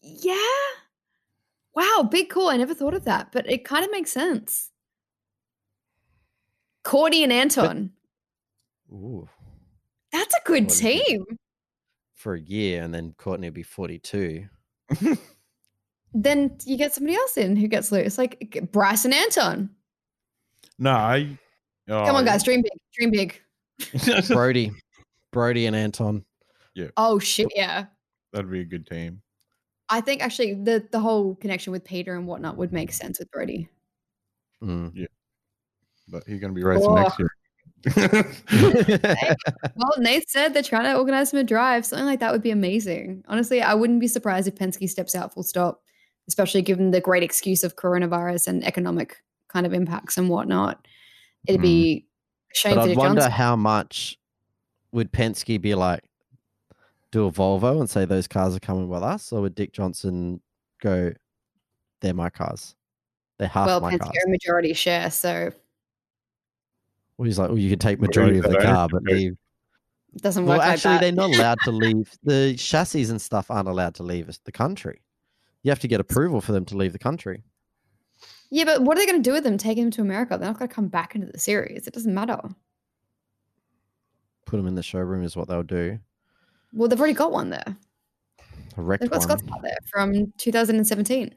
[SPEAKER 3] Yeah. Wow, big call. I never thought of that, but it kind of makes sense. Cordy and Anton.
[SPEAKER 1] ooh,
[SPEAKER 3] That's a good
[SPEAKER 1] Cordy and
[SPEAKER 3] team.
[SPEAKER 1] for a year, and then Courtney will be
[SPEAKER 2] (laughs)
[SPEAKER 1] forty-two.
[SPEAKER 3] Then you get somebody else in who gets loose, like g- Bryce and Anton.
[SPEAKER 2] no, I oh,
[SPEAKER 3] Come on,
[SPEAKER 2] (laughs)
[SPEAKER 3] guys, dream big, dream big.
[SPEAKER 1] Brody, Brody, and Anton.
[SPEAKER 3] Oh shit, yeah.
[SPEAKER 2] That'd be a good team.
[SPEAKER 3] I think actually the the whole connection with Peter and whatnot would make sense with Brody.
[SPEAKER 1] Mm. (laughs)
[SPEAKER 2] but he's going to be racing
[SPEAKER 3] Oh.
[SPEAKER 2] next year. (laughs)
[SPEAKER 3] Well, Nate said they're trying to organize him a drive. Something like that would be amazing. Honestly, I wouldn't be surprised if Penske steps out full stop, especially given the great excuse of coronavirus and economic kind of impacts and whatnot. It'd be a shame
[SPEAKER 1] Hmm. But
[SPEAKER 3] for
[SPEAKER 1] I
[SPEAKER 3] the
[SPEAKER 1] wonder
[SPEAKER 3] Johnson.
[SPEAKER 1] how much would Penske be like, do a Volvo and say those cars are coming with us, or would Dick Johnson go, they're my cars, they're half
[SPEAKER 3] Well,
[SPEAKER 1] oh my
[SPEAKER 3] Penske
[SPEAKER 1] cars?
[SPEAKER 3] are a majority share, so
[SPEAKER 1] Well, he's like, well, you could take
[SPEAKER 2] Well,
[SPEAKER 1] majority of
[SPEAKER 2] they
[SPEAKER 1] the
[SPEAKER 2] don't
[SPEAKER 1] car,
[SPEAKER 2] have to
[SPEAKER 1] but
[SPEAKER 2] go-
[SPEAKER 1] leave.
[SPEAKER 3] it doesn't
[SPEAKER 1] Well,
[SPEAKER 3] work
[SPEAKER 1] actually,
[SPEAKER 3] like
[SPEAKER 1] they're
[SPEAKER 3] that.
[SPEAKER 1] not allowed to leave. The chassis and stuff aren't allowed to leave the country. You have to get approval for them to leave the country.
[SPEAKER 3] Yeah, but what are they going to do with them? Take him to America? They're not going to come back into the series. It doesn't matter.
[SPEAKER 1] Put them in the showroom is what they'll do.
[SPEAKER 3] Well, they've already got one there.
[SPEAKER 1] A wrecked
[SPEAKER 3] They've got
[SPEAKER 1] one.
[SPEAKER 3] Scott's car there from 2017.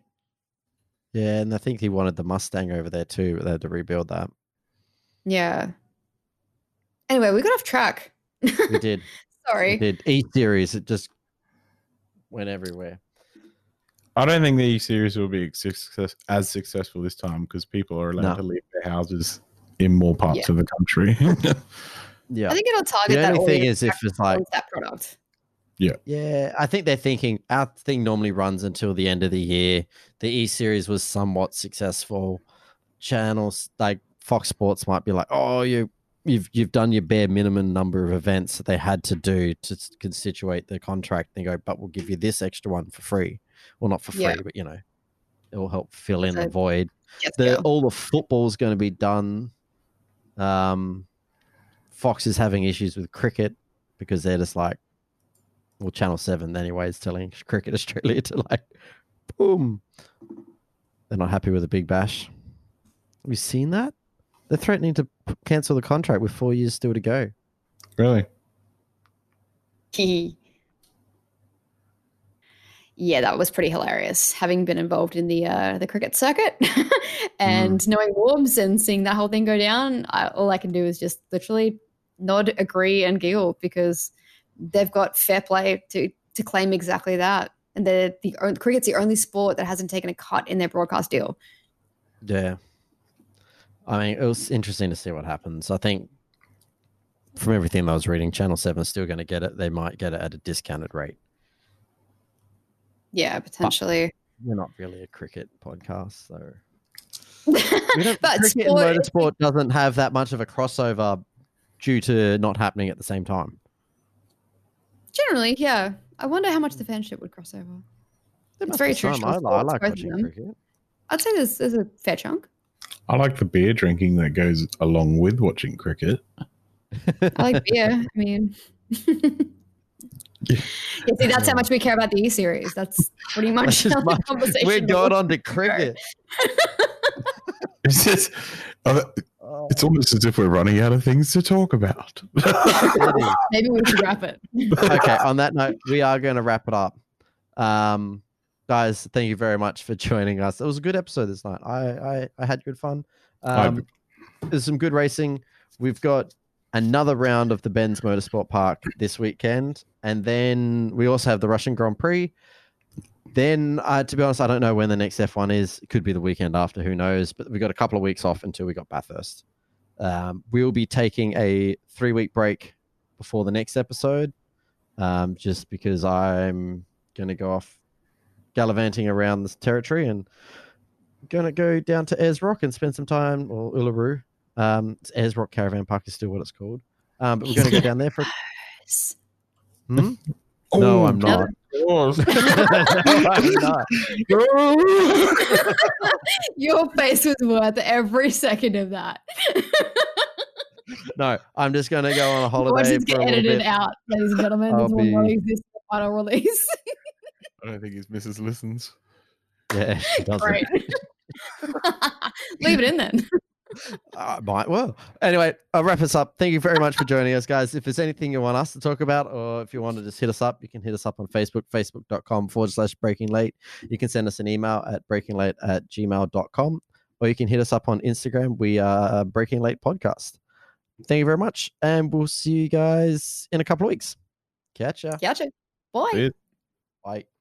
[SPEAKER 1] Yeah, and I think he wanted the Mustang over there too, but they had to rebuild
[SPEAKER 3] (laughs)
[SPEAKER 1] that.
[SPEAKER 3] Yeah. Anyway, we got off track.
[SPEAKER 1] We did. we
[SPEAKER 3] Sorry.
[SPEAKER 1] did. E series, it just went everywhere.
[SPEAKER 2] I don't think the E series will be success, as successful this time because people are allowed
[SPEAKER 1] No.
[SPEAKER 2] to leave their houses in more parts
[SPEAKER 3] Yeah.
[SPEAKER 2] of the country. (laughs)
[SPEAKER 1] Yeah.
[SPEAKER 3] I think it'll target
[SPEAKER 1] The
[SPEAKER 3] that
[SPEAKER 1] only thing
[SPEAKER 3] audience
[SPEAKER 1] is if it's like,
[SPEAKER 3] wants that product.
[SPEAKER 1] yeah, I think they're thinking our thing normally runs until the end of the year. The E series was somewhat successful. Channels like Fox Sports might be like, oh, you you've you've done your bare minimum number of events that they had to do to s- constitute the contract. They go, but we'll give you this extra one for free. Well, not for free,
[SPEAKER 3] Yeah.
[SPEAKER 1] but you know, it will help fill in the
[SPEAKER 3] Okay.
[SPEAKER 1] void.
[SPEAKER 3] Yes,
[SPEAKER 1] the
[SPEAKER 3] yeah.
[SPEAKER 1] all the football's going to be done. Um, Fox is having issues with cricket because they're just like, well, Channel Seven anyway is telling (laughs) Cricket Australia to like, boom. They're not happy with the Big Bash. We've seen that. They're threatening to p- cancel the contract with four years still to go.
[SPEAKER 2] really?
[SPEAKER 3] (laughs) yeah, that was pretty hilarious. Having been involved in the uh, the cricket circuit (laughs)
[SPEAKER 1] Hmm.
[SPEAKER 3] and knowing Warms and seeing that whole thing go down, I, all I can do is just literally nod, agree, and giggle because they've got fair play to to claim exactly that. And the the on- cricket's the only sport that hasn't taken a cut in their broadcast deal.
[SPEAKER 1] Yeah. I mean, it was interesting to see what happens. I think from everything I was reading, Channel 7 is still going to get it. They might get it at a discounted rate.
[SPEAKER 3] Yeah, potentially. (laughs)
[SPEAKER 1] We're not really a cricket podcast, so. We don't,
[SPEAKER 3] but
[SPEAKER 1] cricket
[SPEAKER 3] sport
[SPEAKER 1] and
[SPEAKER 3] is-
[SPEAKER 1] motorsport doesn't have that much of a crossover due to not happening at the same time.
[SPEAKER 3] generally, yeah. I wonder how much the fanship would cross over.
[SPEAKER 1] There
[SPEAKER 3] It's
[SPEAKER 1] must
[SPEAKER 3] very
[SPEAKER 1] be some.
[SPEAKER 3] traditional
[SPEAKER 1] I, I
[SPEAKER 3] sports,
[SPEAKER 1] like
[SPEAKER 3] both of
[SPEAKER 1] watching
[SPEAKER 3] them.
[SPEAKER 1] cricket.
[SPEAKER 3] I'd say there's there's a fair chunk.
[SPEAKER 2] I like the beer drinking that goes along with watching cricket. (laughs)
[SPEAKER 3] I
[SPEAKER 1] (laughs)
[SPEAKER 3] like beer. I mean, yeah, see, that's how much we care about the E series. That's pretty
[SPEAKER 1] (laughs)
[SPEAKER 3] much
[SPEAKER 1] That's
[SPEAKER 3] how the
[SPEAKER 1] much-
[SPEAKER 3] conversation.
[SPEAKER 1] We're going
[SPEAKER 3] was.
[SPEAKER 1] on to
[SPEAKER 3] (laughs)
[SPEAKER 1] cricket.
[SPEAKER 2] It's just, uh,
[SPEAKER 1] Oh,
[SPEAKER 2] it's almost as if we're running out of things to talk about.
[SPEAKER 1] it is.
[SPEAKER 3] Maybe we should
[SPEAKER 1] (laughs)
[SPEAKER 3] wrap it.
[SPEAKER 1] okay, on that note, we are going to wrap it up. Um, guys, thank you very much for joining us. It was a good episode this night. I I, I had good fun.
[SPEAKER 2] I-
[SPEAKER 1] Um, there's some good racing. We've got another round of the Benz Motorsport Park this weekend, and then we also have the Russian Grand Prix. Then, uh, to be honest, I don't know when the next F1 is. It could be the weekend after. Who knows? But we got a couple of weeks off until we got Bathurst. Um, we will be taking a three week break before the next episode, um, just because I'm going to go off gallivanting around this territory and going to go down to Ayers Rock and spend some time, or Uluru. Um, it's Ayers Rock Caravan Park is still what it's called. Um, but we're going to go down
[SPEAKER 3] (laughs)
[SPEAKER 1] there for. Hmm?
[SPEAKER 3] Oh,
[SPEAKER 1] No,
[SPEAKER 2] Oh,
[SPEAKER 1] I'm not. (laughs) No, I'm not. (laughs)
[SPEAKER 3] Your face was worth every second of that. No,
[SPEAKER 1] No, I'm just going to go on a (laughs) holiday
[SPEAKER 3] Voices
[SPEAKER 1] for
[SPEAKER 3] get
[SPEAKER 1] a little
[SPEAKER 3] edited
[SPEAKER 1] bit.
[SPEAKER 3] out, ladies and gentlemen.
[SPEAKER 1] I'll
[SPEAKER 3] This will not
[SPEAKER 1] be-
[SPEAKER 3] exist in the
[SPEAKER 1] (laughs)
[SPEAKER 3] final release.
[SPEAKER 2] (laughs) I don't think his missus listens.
[SPEAKER 1] Yeah, (laughs) she doesn't.
[SPEAKER 3] Great. (laughs) Leave it in
[SPEAKER 1] (laughs)
[SPEAKER 3] then.
[SPEAKER 1] Uh, might well. Anyway, I'll wrap us up. Thank you very much for joining us, guys. If there's anything you want us to talk about, or if you want to just hit us up, you can hit us up on Facebook, facebook.com forward slash breaking late. You can send us an email at breaking late at gmail.com, or you can hit us up on Instagram. We are Breaking Late Podcast. Thank you very much, and we'll see you guys in a couple of weeks. Catch ya.
[SPEAKER 3] Gotcha. Boy.
[SPEAKER 2] See ya.
[SPEAKER 1] Bye.